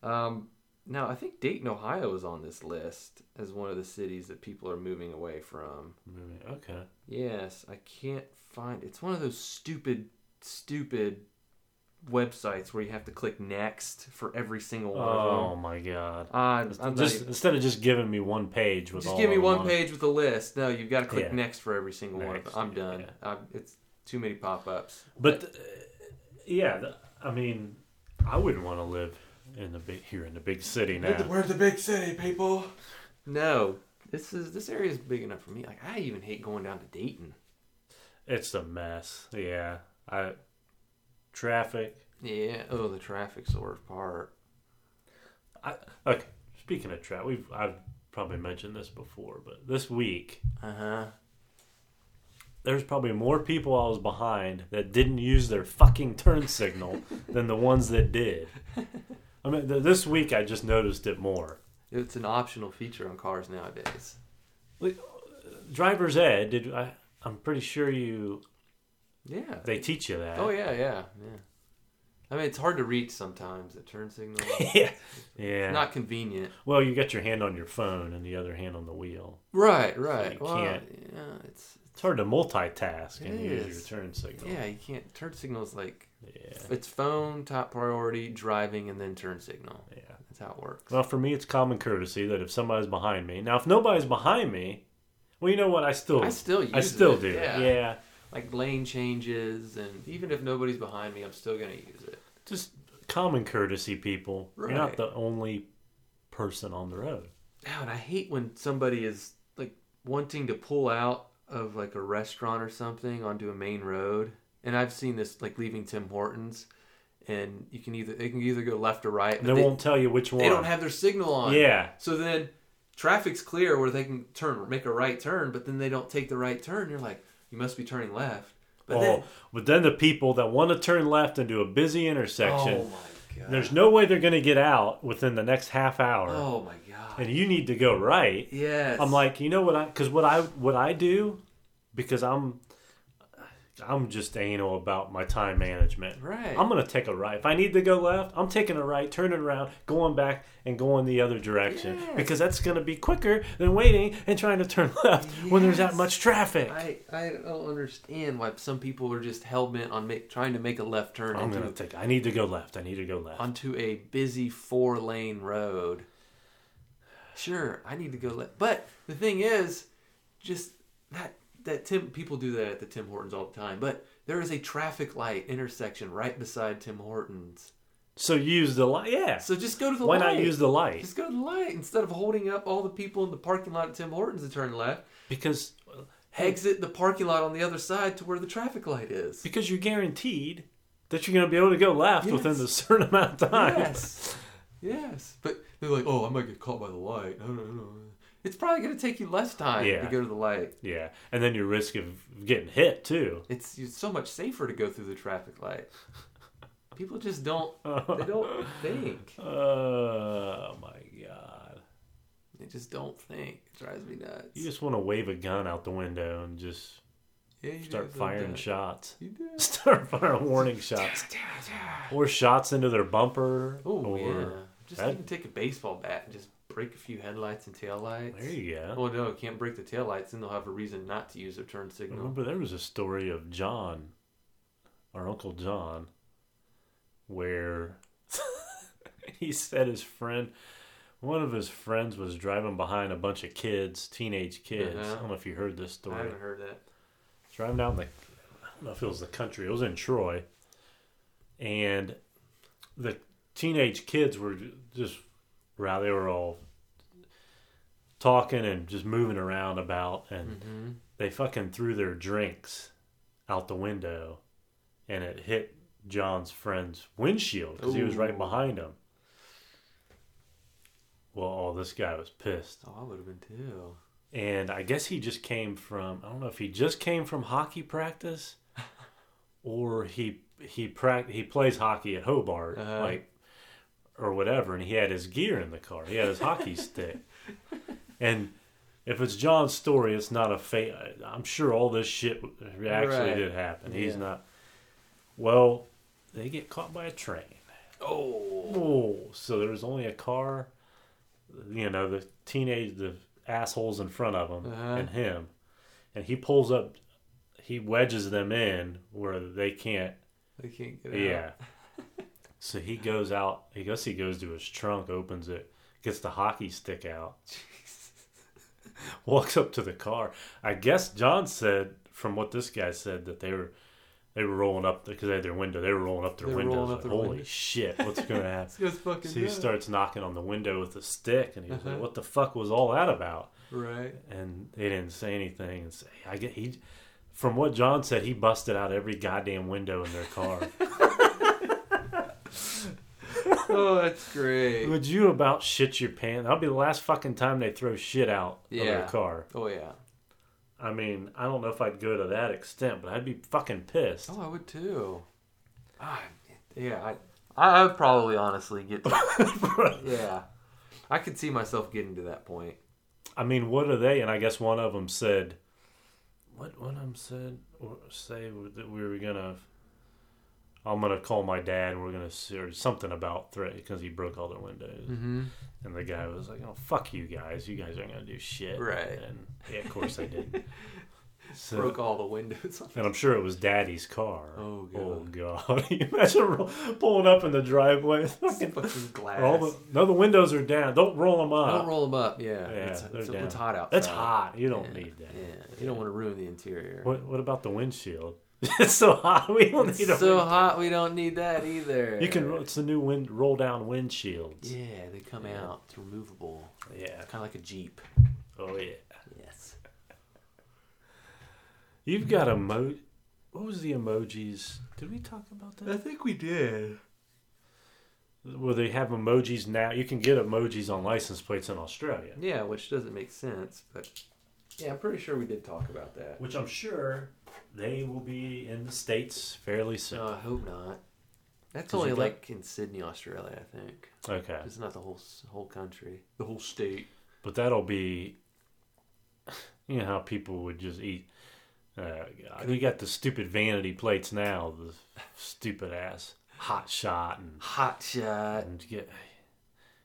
[SPEAKER 2] Um now I think Dayton, Ohio is on this list as one of the cities that people are moving away from.
[SPEAKER 1] Mm, Okay.
[SPEAKER 2] Yes, I can't find it's one of those stupid stupid websites where you have to click next for every single one of
[SPEAKER 1] Oh
[SPEAKER 2] them.
[SPEAKER 1] my god.
[SPEAKER 2] I'm, I'm not
[SPEAKER 1] Just
[SPEAKER 2] even-
[SPEAKER 1] instead of just giving me one page with
[SPEAKER 2] just
[SPEAKER 1] all
[SPEAKER 2] give me
[SPEAKER 1] of them
[SPEAKER 2] one
[SPEAKER 1] on it.
[SPEAKER 2] page with a list. No, you've got to click
[SPEAKER 1] Yeah.
[SPEAKER 2] next for every single one of them.
[SPEAKER 1] Next,
[SPEAKER 2] I'm
[SPEAKER 1] yeah,
[SPEAKER 2] done.
[SPEAKER 1] yeah.
[SPEAKER 2] I'm, it's too many pop-ups.
[SPEAKER 1] But uh, yeah, th- I mean, I wouldn't want to live in the big here in the big city now.
[SPEAKER 2] We're the big city people. No, this is this area is big enough for me. Like I even hate going down to Dayton.
[SPEAKER 1] It's a mess. Yeah. I traffic.
[SPEAKER 2] Yeah. Oh, the traffic's the worst part.
[SPEAKER 1] I okay. Speaking of traffic, we've
[SPEAKER 2] Uh-huh.
[SPEAKER 1] I've probably mentioned this before, but this week
[SPEAKER 2] Uh huh.
[SPEAKER 1] there's probably more people I was behind that didn't use their fucking turn signal than the ones that did. I mean, th- this week I just noticed it more.
[SPEAKER 2] It's an optional feature on cars nowadays.
[SPEAKER 1] Driver's Ed, did I? I'm pretty sure you
[SPEAKER 2] Yeah.
[SPEAKER 1] they teach you that.
[SPEAKER 2] Oh yeah, yeah, yeah. I mean, it's hard to reach sometimes. The turn signal, it's
[SPEAKER 1] yeah, yeah.
[SPEAKER 2] not convenient.
[SPEAKER 1] well, you got your hand on your phone and the other hand on the wheel.
[SPEAKER 2] Right, right.
[SPEAKER 1] you
[SPEAKER 2] well,
[SPEAKER 1] can't-
[SPEAKER 2] yeah, it's
[SPEAKER 1] It's hard to multitask
[SPEAKER 2] It
[SPEAKER 1] and use
[SPEAKER 2] is.
[SPEAKER 1] your turn signal.
[SPEAKER 2] yeah. You can't turn signals like
[SPEAKER 1] yeah,
[SPEAKER 2] it's phone top priority, driving, and then turn signal.
[SPEAKER 1] yeah.
[SPEAKER 2] That's how it works.
[SPEAKER 1] Well, for me, it's common courtesy that if somebody's behind me. Now, if nobody's behind me, well, you know what? I still,
[SPEAKER 2] I still use
[SPEAKER 1] I still
[SPEAKER 2] it,
[SPEAKER 1] do.
[SPEAKER 2] Yeah.
[SPEAKER 1] it. yeah.
[SPEAKER 2] Like lane changes, and even if nobody's behind me, I'm still gonna use it.
[SPEAKER 1] just common courtesy people. You're not
[SPEAKER 2] Right.
[SPEAKER 1] the only person on the road.
[SPEAKER 2] Oh, and I hate when somebody is like wanting to pull out of like a restaurant or something onto a main road. And I've seen this like leaving Tim Hortons, and you can either they can either go left or right.
[SPEAKER 1] And
[SPEAKER 2] but
[SPEAKER 1] they, won't tell you which one.
[SPEAKER 2] They don't have their signal on.
[SPEAKER 1] Yeah.
[SPEAKER 2] So then traffic's clear where they can turn make a right turn, but then they don't take the right turn. You're like, you must be turning left. But
[SPEAKER 1] oh,
[SPEAKER 2] then
[SPEAKER 1] but then the people that want to turn left into a busy intersection,
[SPEAKER 2] oh my god.
[SPEAKER 1] there's no way they're going to get out within the next half hour,
[SPEAKER 2] oh my god.
[SPEAKER 1] and you need to go right.
[SPEAKER 2] Yes.
[SPEAKER 1] I'm like, you know what I? Because what I what I do, because I'm. I'm just anal about my time management.
[SPEAKER 2] Right.
[SPEAKER 1] I'm gonna take a right. If I need to go left, I'm taking a right, turning around, going back, and going the other direction
[SPEAKER 2] Yes.
[SPEAKER 1] because that's gonna be quicker than waiting and trying to turn left when there's that
[SPEAKER 2] Yes.
[SPEAKER 1] much traffic. I,
[SPEAKER 2] I, I don't understand why some people are just hell bent on make, trying to make a left turn
[SPEAKER 1] am
[SPEAKER 2] into
[SPEAKER 1] gonna take. I need to go left. I need to go left.
[SPEAKER 2] onto a busy four lane road. Sure, I need to go left. But the thing is, just that that Tim people do that at the Tim Hortons all the time. But there is a traffic light intersection right beside Tim Hortons.
[SPEAKER 1] so use the light. Yeah.
[SPEAKER 2] So just go to the
[SPEAKER 1] Why
[SPEAKER 2] light.
[SPEAKER 1] not use the light?
[SPEAKER 2] just go to the light instead of holding up all the people in the parking lot at Tim Hortons to turn left.
[SPEAKER 1] Because
[SPEAKER 2] Exit the parking lot on the other side to where the traffic light is.
[SPEAKER 1] because you're guaranteed that you're gonna be able to go left
[SPEAKER 2] Yes.
[SPEAKER 1] within a certain amount of time.
[SPEAKER 2] Yes. Yes. But they're like, oh, I might get caught by the light. No, no, no. It's probably going to take you less time
[SPEAKER 1] Yeah.
[SPEAKER 2] to go to the light.
[SPEAKER 1] Yeah, and then your risk of getting hit too.
[SPEAKER 2] It's, it's so much safer to go through the traffic light. People just don't, they don't think.
[SPEAKER 1] Oh my god.
[SPEAKER 2] They just don't think. It drives me nuts.
[SPEAKER 1] You just want to wave a gun out the window and just
[SPEAKER 2] Yeah, you
[SPEAKER 1] start
[SPEAKER 2] do
[SPEAKER 1] firing
[SPEAKER 2] sometimes.
[SPEAKER 1] shots.
[SPEAKER 2] You do.
[SPEAKER 1] Start firing warning shots. Or shots into their bumper.
[SPEAKER 2] Oh,
[SPEAKER 1] or,
[SPEAKER 2] yeah. Just
[SPEAKER 1] that-
[SPEAKER 2] even take a baseball bat and just break a few headlights and taillights.
[SPEAKER 1] There you go.
[SPEAKER 2] Well, no, you can't break the taillights, then they'll have a reason not to use their turn signal.
[SPEAKER 1] Remember, there was a story of John, our Uncle John, where he said his friend, one of his friends was driving behind a bunch of kids, teenage kids. I
[SPEAKER 2] Uh-huh.
[SPEAKER 1] don't know if you heard this
[SPEAKER 2] I
[SPEAKER 1] story.
[SPEAKER 2] haven't heard that.
[SPEAKER 1] driving down the I don't know if it was the country, it was in Troy. And the teenage kids were just wow, they were all talking and just moving around about and
[SPEAKER 2] Mm-hmm.
[SPEAKER 1] they fucking threw their drinks out the window and it hit John's friend's windshield because he was right
[SPEAKER 2] Ooh.
[SPEAKER 1] behind him. Well, oh, this guy was pissed.
[SPEAKER 2] Oh, I would have been too.
[SPEAKER 1] and I guess he just came from I don't know if he just came from hockey practice or he he prac he plays hockey at Hobart
[SPEAKER 2] Uh-huh.
[SPEAKER 1] like or whatever and he had his gear in the car. He had his hockey stick. And if it's John's story, it's not a fake. I'm sure all this shit actually
[SPEAKER 2] Right.
[SPEAKER 1] did happen. He's
[SPEAKER 2] Yeah.
[SPEAKER 1] not. Well, they get caught by a train.
[SPEAKER 2] Oh,
[SPEAKER 1] Oh, so there was only a car, you know, the teenage, the assholes in front of him
[SPEAKER 2] Uh-huh.
[SPEAKER 1] and him, and he pulls up, he wedges them in where they can't.
[SPEAKER 2] they can't get
[SPEAKER 1] Yeah.
[SPEAKER 2] out.
[SPEAKER 1] so he goes out. I guess he goes to his trunk, opens it, gets the hockey stick out, walks up to the car. I guess John said, from what this guy said, that they were. They were rolling up because they had their window. They were rolling up their
[SPEAKER 2] They were
[SPEAKER 1] windows.
[SPEAKER 2] rolling up
[SPEAKER 1] like,
[SPEAKER 2] their
[SPEAKER 1] Holy
[SPEAKER 2] windows."
[SPEAKER 1] shit! What's going to happen?
[SPEAKER 2] This guy's fucking
[SPEAKER 1] So he
[SPEAKER 2] nuts.
[SPEAKER 1] starts knocking on the window with a stick, and he was like,
[SPEAKER 2] Uh-huh.
[SPEAKER 1] "What the fuck was all that about?"
[SPEAKER 2] right.
[SPEAKER 1] And they didn't say anything. And say, I get he, from what John said, he busted out every goddamn window in their car.
[SPEAKER 2] Oh, that's great.
[SPEAKER 1] Would you about shit your pants? That'll be the last fucking time they throw shit out of their
[SPEAKER 2] Yeah.
[SPEAKER 1] car.
[SPEAKER 2] Oh yeah.
[SPEAKER 1] I mean, I don't know if I'd go to that extent, but I'd be fucking pissed.
[SPEAKER 2] Oh, I would too. Ah, yeah, I, I I'd probably honestly get. yeah, I could see myself getting to that point.
[SPEAKER 1] I mean, what are they? And I guess one of them said, "What one of them said or say that we were gonna." I'm gonna call my dad. We're gonna sue- or something about threat because he broke all their windows.
[SPEAKER 2] Mm-hmm.
[SPEAKER 1] And the guy was like, "Oh fuck you guys! You guys aren't gonna do shit."
[SPEAKER 2] Right.
[SPEAKER 1] And yeah, of course they did. So,
[SPEAKER 2] Broke all the windows.
[SPEAKER 1] And I'm sure it was Daddy's car.
[SPEAKER 2] Oh,
[SPEAKER 1] god! Oh god! you imagine ro- pulling up in the driveway.
[SPEAKER 2] Fucking glass.
[SPEAKER 1] All the, no, the windows are down. Don't roll them up.
[SPEAKER 2] Don't roll them up. Yeah,
[SPEAKER 1] Yeah,
[SPEAKER 2] it's,
[SPEAKER 1] they're
[SPEAKER 2] it's,
[SPEAKER 1] down.
[SPEAKER 2] it's hot outside.
[SPEAKER 1] That's hot. You don't
[SPEAKER 2] Yeah,
[SPEAKER 1] need that.
[SPEAKER 2] Yeah, you don't want to ruin the interior.
[SPEAKER 1] What What about the windshield? it's so hot. We don't need
[SPEAKER 2] It's
[SPEAKER 1] a.
[SPEAKER 2] so
[SPEAKER 1] wind-
[SPEAKER 2] hot, we don't need that either.
[SPEAKER 1] You can. ro- It's the new wind roll down windshields. Yeah.
[SPEAKER 2] Yeah, they come out. It's removable. Kind of like a jeep.
[SPEAKER 1] Oh yeah.
[SPEAKER 2] Yes.
[SPEAKER 1] You've got emo. What was the emojis? Did we talk about that?
[SPEAKER 2] think we did.
[SPEAKER 1] Well, they have emojis now. You can get emojis on license plates in Australia,
[SPEAKER 2] Yeah, which doesn't make sense, but yeah, I'm pretty sure we did talk about that.
[SPEAKER 1] which I'm sure they will be in the states fairly soon.
[SPEAKER 2] No, Uh, I hope not. That's
[SPEAKER 1] you
[SPEAKER 2] only
[SPEAKER 1] got-
[SPEAKER 2] like in Sydney, Australia, I think.
[SPEAKER 1] okay,
[SPEAKER 2] It's not the whole s- whole country, the whole state.
[SPEAKER 1] but that'll be. You know how people would just eat. Uh, God, you got the stupid vanity plates now. The stupid ass hot shot and
[SPEAKER 2] Hot shot.
[SPEAKER 1] and get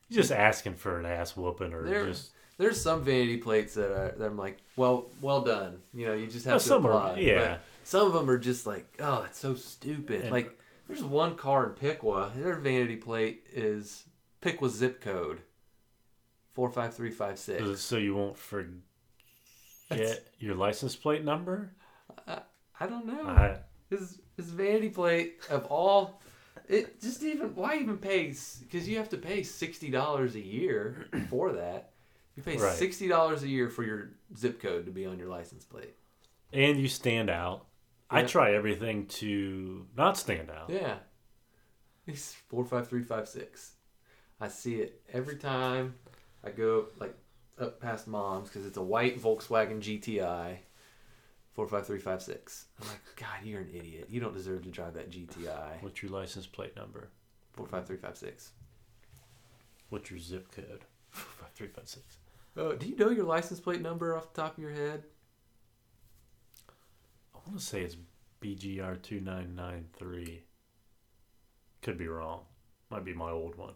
[SPEAKER 1] you're just asking for an ass whooping or
[SPEAKER 2] There-
[SPEAKER 1] just
[SPEAKER 2] There's some vanity plates that, are, that I'm like, well, well done. You know, you just have
[SPEAKER 1] Well,
[SPEAKER 2] to
[SPEAKER 1] some are-
[SPEAKER 2] apply. but
[SPEAKER 1] yeah.
[SPEAKER 2] some of them are just like, oh, it's so stupid.
[SPEAKER 1] And-
[SPEAKER 2] like, there's one car in Piqua. Their vanity plate is Piqua zip code, four five three five six.
[SPEAKER 1] so you won't forget
[SPEAKER 2] That's-
[SPEAKER 1] your license plate number.
[SPEAKER 2] I don't know.
[SPEAKER 1] I,
[SPEAKER 2] His his vanity plate of all, it just even why even pay? Because you have to pay sixty dollars a year for that. You pay
[SPEAKER 1] Right.
[SPEAKER 2] sixty dollars a year for your zip code to be on your license plate.
[SPEAKER 1] and you stand out. I
[SPEAKER 2] Yeah.
[SPEAKER 1] try everything to not stand out.
[SPEAKER 2] Yeah, it's four five three five six. I see it every time I go like up past mom's because it's a white Volkswagen GTI. Four five three five six. I'm like, God, you're an idiot. You don't deserve to drive that GTI.
[SPEAKER 1] What's your license plate number?
[SPEAKER 2] Four five three five six.
[SPEAKER 1] What's your zip code? Five three five six.
[SPEAKER 2] Uh, do you know your license plate number off the top of your head?
[SPEAKER 1] I want to say it's BGR two nine nine three. Could be wrong. Might be my old one.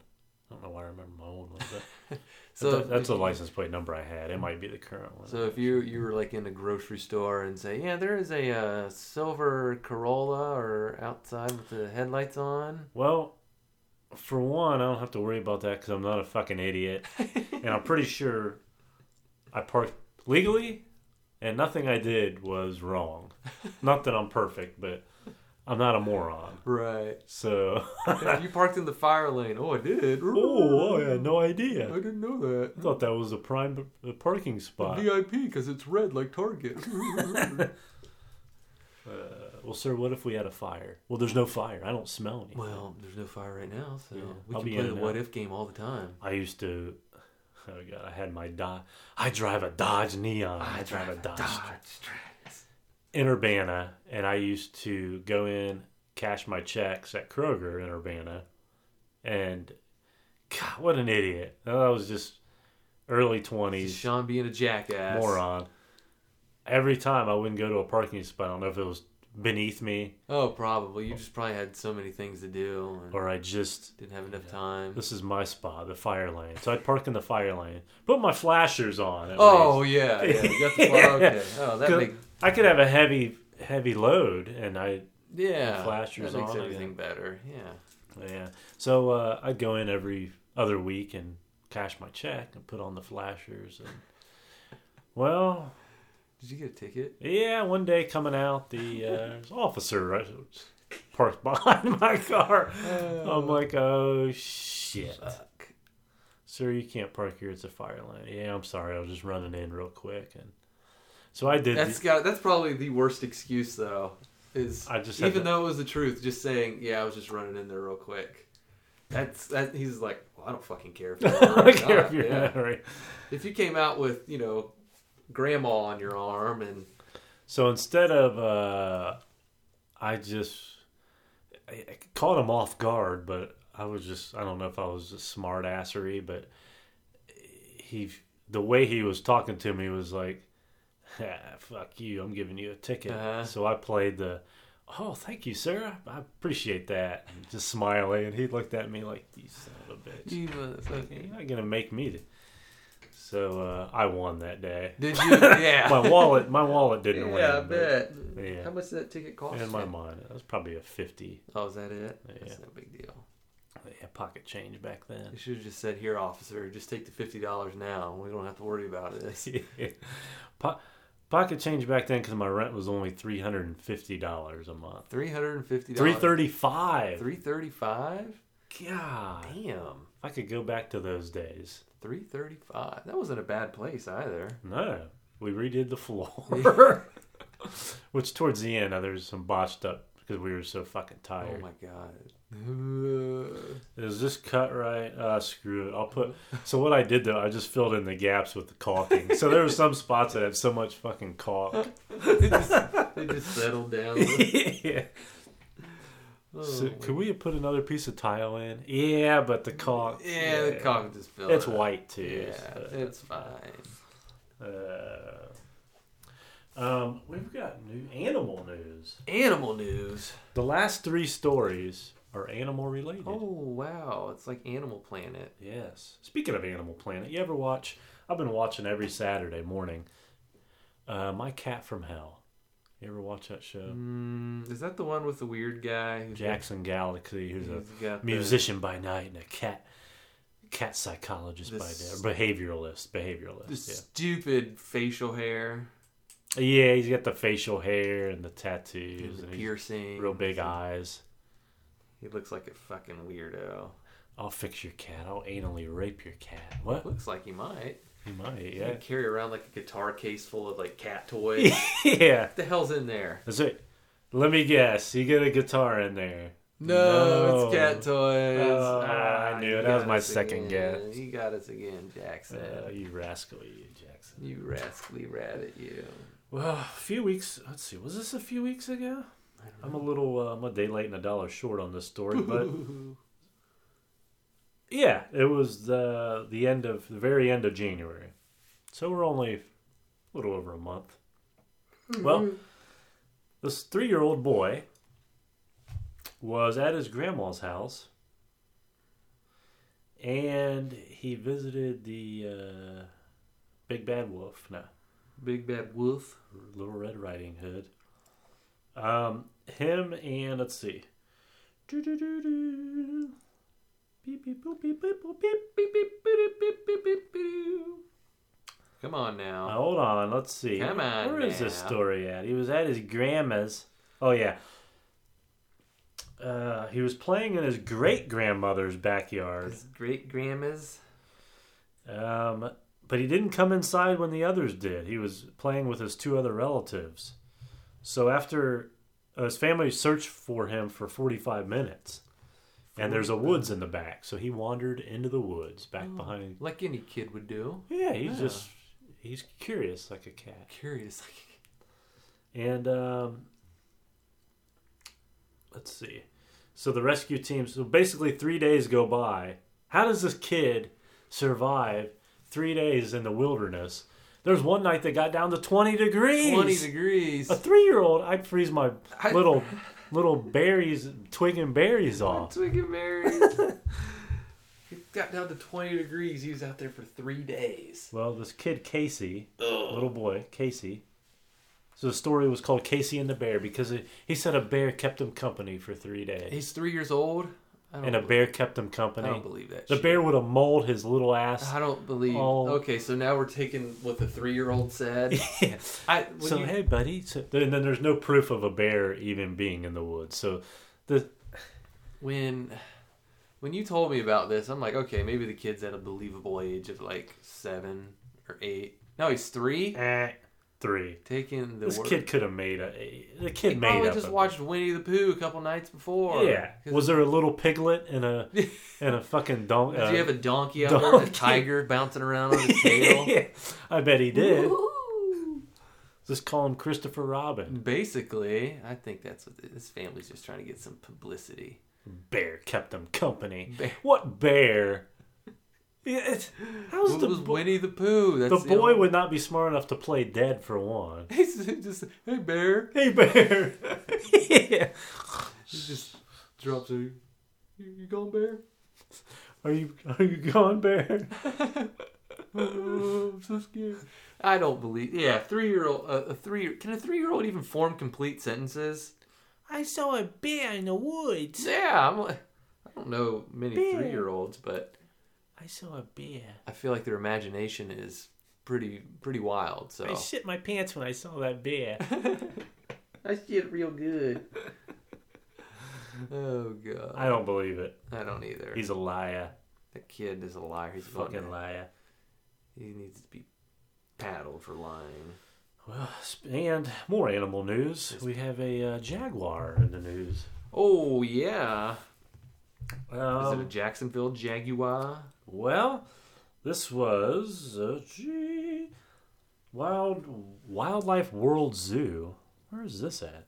[SPEAKER 1] I don't know why I remember my old one, but
[SPEAKER 2] So
[SPEAKER 1] that- that's a license plate number I had. It might be the current one.
[SPEAKER 2] So if you you were like in a grocery store and say, yeah, there is a uh, silver Corolla or outside with the headlights on.
[SPEAKER 1] Well, for one, I don't have to worry about that because I'm not a fucking idiot, and I'm pretty sure I parked legally, and nothing I did was wrong. not that I'm perfect, but I'm not a moron.
[SPEAKER 2] Right.
[SPEAKER 1] So,
[SPEAKER 2] you parked in the fire lane. Oh, I did.
[SPEAKER 1] oh, I had no
[SPEAKER 2] I
[SPEAKER 1] idea.
[SPEAKER 2] didn't know that.
[SPEAKER 1] I thought that was a prime uh, parking spot.
[SPEAKER 2] VIP because it's red like Target.
[SPEAKER 1] Uh, well, sir, what if we had a fire? Well, there's no fire. I don't smell anything.
[SPEAKER 2] well, there's no fire right now, so
[SPEAKER 1] Yeah.
[SPEAKER 2] we
[SPEAKER 1] I'll
[SPEAKER 2] can
[SPEAKER 1] be
[SPEAKER 2] play
[SPEAKER 1] in
[SPEAKER 2] the
[SPEAKER 1] and
[SPEAKER 2] what
[SPEAKER 1] out.
[SPEAKER 2] if game all the time.
[SPEAKER 1] I used to. Oh god, I had my Dodge. I drive a Dodge Neon. I, drive, a Dodge.
[SPEAKER 2] Stratus.
[SPEAKER 1] in Urbana, and I used to go in, cash my checks at Kroger in Urbana, and God, what an idiot! Oh, I was just early twenties
[SPEAKER 2] Sean being a jackass.
[SPEAKER 1] moron. Every time I wouldn't go to a parking spot, I don't know if it was beneath me
[SPEAKER 2] Oh, probably. You just probably had so many things to do and
[SPEAKER 1] or I just
[SPEAKER 2] didn't have enough time.
[SPEAKER 1] this is my spot, the fire lane. So I'd park in the fire lane, put my flashers on. At
[SPEAKER 2] Oh
[SPEAKER 1] least.
[SPEAKER 2] yeah, yeah. You got the fly. Okay. Oh, that
[SPEAKER 1] Go-
[SPEAKER 2] makes
[SPEAKER 1] I could have a heavy heavy load, and I
[SPEAKER 2] yeah.
[SPEAKER 1] Flashers
[SPEAKER 2] that makes
[SPEAKER 1] on again.
[SPEAKER 2] everything better. Yeah.
[SPEAKER 1] Yeah. So uh, I'd go in every other week and cash my check and put on the flashers and well,
[SPEAKER 2] Did you get a ticket?
[SPEAKER 1] yeah. One day coming out, the uh, officer uh, parked behind my car. I'm like, oh shit,
[SPEAKER 2] Fuck.
[SPEAKER 1] sir, you can't park here. It's a fire lane. Yeah, I'm sorry. I was just running in real quick, and so I did.
[SPEAKER 2] That's got. That's probably the worst excuse though. Is
[SPEAKER 1] I just had
[SPEAKER 2] even
[SPEAKER 1] to-
[SPEAKER 2] though it was the truth, just saying, yeah, I was just running in there real quick. That's that. He's like, well, I don't fucking care if you're.
[SPEAKER 1] I don't care if you're
[SPEAKER 2] yeah.
[SPEAKER 1] in a hurry.
[SPEAKER 2] If you came out with you know grandma on your arm and
[SPEAKER 1] So instead of, uh, I just I I caught him off guard, but I was just, I don't know if I was just smart assery, but he, the way he was talking to me was like, "Ah, fuck you, I'm giving you a ticket.
[SPEAKER 2] Uh-huh.
[SPEAKER 1] So I played the, oh, thank you, sir. I appreciate that. and Just smiling. And he looked at me like, you son of a bitch. You're not going to make me. To... So uh, I won that day.
[SPEAKER 2] Did you? Yeah.
[SPEAKER 1] My wallet, my wallet didn't win.
[SPEAKER 2] yeah, I
[SPEAKER 1] but-
[SPEAKER 2] bet.
[SPEAKER 1] yeah.
[SPEAKER 2] How much did that ticket cost?
[SPEAKER 1] in my
[SPEAKER 2] you?
[SPEAKER 1] mind, it was probably a 50
[SPEAKER 2] Oh, is that it?
[SPEAKER 1] Yeah.
[SPEAKER 2] That's no big deal.
[SPEAKER 1] yeah, pocket change back
[SPEAKER 2] You
[SPEAKER 1] then.
[SPEAKER 2] should have just said, "Here, officer, just take the fifty dollars now. We don't have to worry about this."
[SPEAKER 1] po- pocket change back then because my rent was only $350 a month.
[SPEAKER 2] Three hundred and fifty dollars.
[SPEAKER 1] 335
[SPEAKER 2] Three thirty-five.
[SPEAKER 1] God. If
[SPEAKER 2] Damn.
[SPEAKER 1] I could go back to those days.
[SPEAKER 2] Three thirty-five. That wasn't a bad place either.
[SPEAKER 1] No. We redid the floor.
[SPEAKER 2] oh
[SPEAKER 1] Which, towards the end, uh, there was some botched up because we were so fucking tired.
[SPEAKER 2] Oh my god.
[SPEAKER 1] Is this cut right? Uh, screw it. I'll put. So what I did though, I just filled in the gaps with the caulking. so there were some spots that had so much fucking caulk.
[SPEAKER 2] They just settled down.
[SPEAKER 1] yeah.
[SPEAKER 2] Oh,
[SPEAKER 1] So could we have put another piece of tile in? Yeah, but the caulk.
[SPEAKER 2] yeah, the cock just fell.
[SPEAKER 1] It's
[SPEAKER 2] out.
[SPEAKER 1] white too.
[SPEAKER 2] Yeah,
[SPEAKER 1] so,
[SPEAKER 2] it's fine.
[SPEAKER 1] uh, um, we've got new animal news.
[SPEAKER 2] Animal news.
[SPEAKER 1] The last three stories are animal related.
[SPEAKER 2] Oh wow, it's like Animal Planet.
[SPEAKER 1] Yes. Speaking of Animal Planet, you ever watch? I've been watching every Saturday morning. Uh, My Cat from Hell. You ever watch that show?
[SPEAKER 2] Mm, is that the one with the weird guy? who's-
[SPEAKER 1] Jackson Galaxy, who's a
[SPEAKER 2] who's got the-
[SPEAKER 1] musician by night and a cat cat psychologist
[SPEAKER 2] This-
[SPEAKER 1] by day, behavioralist, behavioralist.
[SPEAKER 2] The stupid facial hair,
[SPEAKER 1] yeah, yeah. He's got the facial hair and the tattoos,
[SPEAKER 2] the
[SPEAKER 1] and he's
[SPEAKER 2] piercing,
[SPEAKER 1] real big eyes.
[SPEAKER 2] He looks like a fucking weirdo.
[SPEAKER 1] I'll fix your cat. I'll anally rape your cat. What?
[SPEAKER 2] Looks like he might.
[SPEAKER 1] He might.
[SPEAKER 2] He
[SPEAKER 1] Yeah.
[SPEAKER 2] could carry around like a guitar case full of like cat toys. what
[SPEAKER 1] yeah.
[SPEAKER 2] the hell's in there?
[SPEAKER 1] That's it. Let me guess. You get a guitar in there. No.
[SPEAKER 2] it's cat toys. Ah,
[SPEAKER 1] Oh, I knew
[SPEAKER 2] you
[SPEAKER 1] it. That was
[SPEAKER 2] got
[SPEAKER 1] my
[SPEAKER 2] us
[SPEAKER 1] second
[SPEAKER 2] again.
[SPEAKER 1] guess.
[SPEAKER 2] You got us again, Jackson.
[SPEAKER 1] Uh, you rascal, you Jackson.
[SPEAKER 2] you rascally rabbit, you.
[SPEAKER 1] Well, a few weeks. Let's see. Was this a few weeks ago? I'm a little. Uh, I'm a day late and a dollar short on this story, but yeah, it was the the end of the very end of January, so we're only a little over a month. Well, this three year old boy was at his grandma's house, and he visited the uh, big bad wolf. No,
[SPEAKER 2] Big bad wolf.
[SPEAKER 1] Little Red Riding Hood. Um, him and let's see. Doo-doo-doo-doo. Beep beep boop beep beep boop beep.
[SPEAKER 2] Beep, beep, beep, beep, beep, beep, beep. Come on
[SPEAKER 1] Now,
[SPEAKER 2] now.
[SPEAKER 1] hold on, let's see.
[SPEAKER 2] Come on
[SPEAKER 1] Where is this
[SPEAKER 2] now.
[SPEAKER 1] story at? He was at his grandma's. Oh yeah. Uh, he was playing in his great grandmother's backyard.
[SPEAKER 2] His great grandma's.
[SPEAKER 1] Um, but he didn't come inside when the others did. He was playing with his two other relatives. So after uh, his family searched for him for 45 minutes, and there's a woods in the back, so he wandered into the woods back behind.
[SPEAKER 2] Like any kid would do.
[SPEAKER 1] Yeah, he's
[SPEAKER 2] Yeah.
[SPEAKER 1] just he's curious like a cat.
[SPEAKER 2] Curious.
[SPEAKER 1] And um, let's see. So the rescue team. So basically, three days go by. How does this kid survive three days in the wilderness? There's one night they got down to 20 degrees.
[SPEAKER 2] 20 degrees.
[SPEAKER 1] A three-year-old, I'd freeze my
[SPEAKER 2] I-
[SPEAKER 1] little little berries, twig and berries off.
[SPEAKER 2] Twig and Mary. it got down to 20 degrees. He was out there for three days.
[SPEAKER 1] Well, this kid Casey,
[SPEAKER 2] Ugh.
[SPEAKER 1] little boy Casey. So the story was called Casey and the Bear because it, he said a bear kept him company for three days,
[SPEAKER 2] He's three years old. I don't
[SPEAKER 1] and a
[SPEAKER 2] believe-
[SPEAKER 1] bear kept him
[SPEAKER 2] I
[SPEAKER 1] company.
[SPEAKER 2] don't believe that.
[SPEAKER 1] The
[SPEAKER 2] shit.
[SPEAKER 1] bear would have mauled his little ass.
[SPEAKER 2] I don't believe.
[SPEAKER 1] Oh.
[SPEAKER 2] Okay, so now we're taking what the three-year-old said. I when
[SPEAKER 1] so
[SPEAKER 2] you-
[SPEAKER 1] hey, buddy. So, and then there's no proof of a bear even being in the woods. So the
[SPEAKER 2] when when you told me about this, I'm like, okay, maybe the kid's at a believable age of like seven or eight. No, he's three.
[SPEAKER 1] eh, three.
[SPEAKER 2] Taking the
[SPEAKER 1] This
[SPEAKER 2] word.
[SPEAKER 1] kid could have made a. The kid
[SPEAKER 2] He
[SPEAKER 1] made
[SPEAKER 2] probably
[SPEAKER 1] up.
[SPEAKER 2] just
[SPEAKER 1] a-
[SPEAKER 2] watched Winnie the Pooh a couple nights before.
[SPEAKER 1] yeah.
[SPEAKER 2] 'Cause
[SPEAKER 1] Was there a little piglet and a and a fucking donk?
[SPEAKER 2] Did
[SPEAKER 1] uh,
[SPEAKER 2] you have a donkey out there, and a
[SPEAKER 1] donkey.
[SPEAKER 2] tiger bouncing around on his tail?
[SPEAKER 1] I bet he did. Just call him Christopher Robin.
[SPEAKER 2] Basically, I think that's what this family's just trying to get some publicity.
[SPEAKER 1] Bear kept him company.
[SPEAKER 2] Bear.
[SPEAKER 1] What bear? Yeah, it's, how's
[SPEAKER 2] Well,
[SPEAKER 1] the
[SPEAKER 2] it was
[SPEAKER 1] bo-
[SPEAKER 2] Winnie the Pooh. That's
[SPEAKER 1] the boy
[SPEAKER 2] only-
[SPEAKER 1] would not be smart enough to play dead for one.
[SPEAKER 2] He's just hey bear.
[SPEAKER 1] Hey bear.
[SPEAKER 2] He just drops a. You, you gone bear?
[SPEAKER 1] Are you are you gone, bear?
[SPEAKER 2] Oh, I'm so scared. I don't believe. Yeah, three year old. Uh, a three. Can a three year old even form complete sentences?
[SPEAKER 1] I saw a bear in the woods.
[SPEAKER 2] Yeah, I'm. like- I don't know many
[SPEAKER 1] Bear.
[SPEAKER 2] three year olds, but
[SPEAKER 1] I saw a bear.
[SPEAKER 2] I feel like their imagination is pretty pretty wild. So
[SPEAKER 1] shit my pants when I saw that bear.
[SPEAKER 2] I see it real good. oh god,
[SPEAKER 1] I don't believe it.
[SPEAKER 2] I don't either.
[SPEAKER 1] He's a liar.
[SPEAKER 2] That kid is a liar. He's a
[SPEAKER 1] Fucking liar.
[SPEAKER 2] He needs to be paddled for lying.
[SPEAKER 1] Well, sp- and more animal news. We have a uh, jaguar in the news.
[SPEAKER 2] Oh yeah, is
[SPEAKER 1] Um,
[SPEAKER 2] it a Jacksonville Jaguar?
[SPEAKER 1] Well, this was uh, gee, Wild Wildlife World Zoo. Where is this at?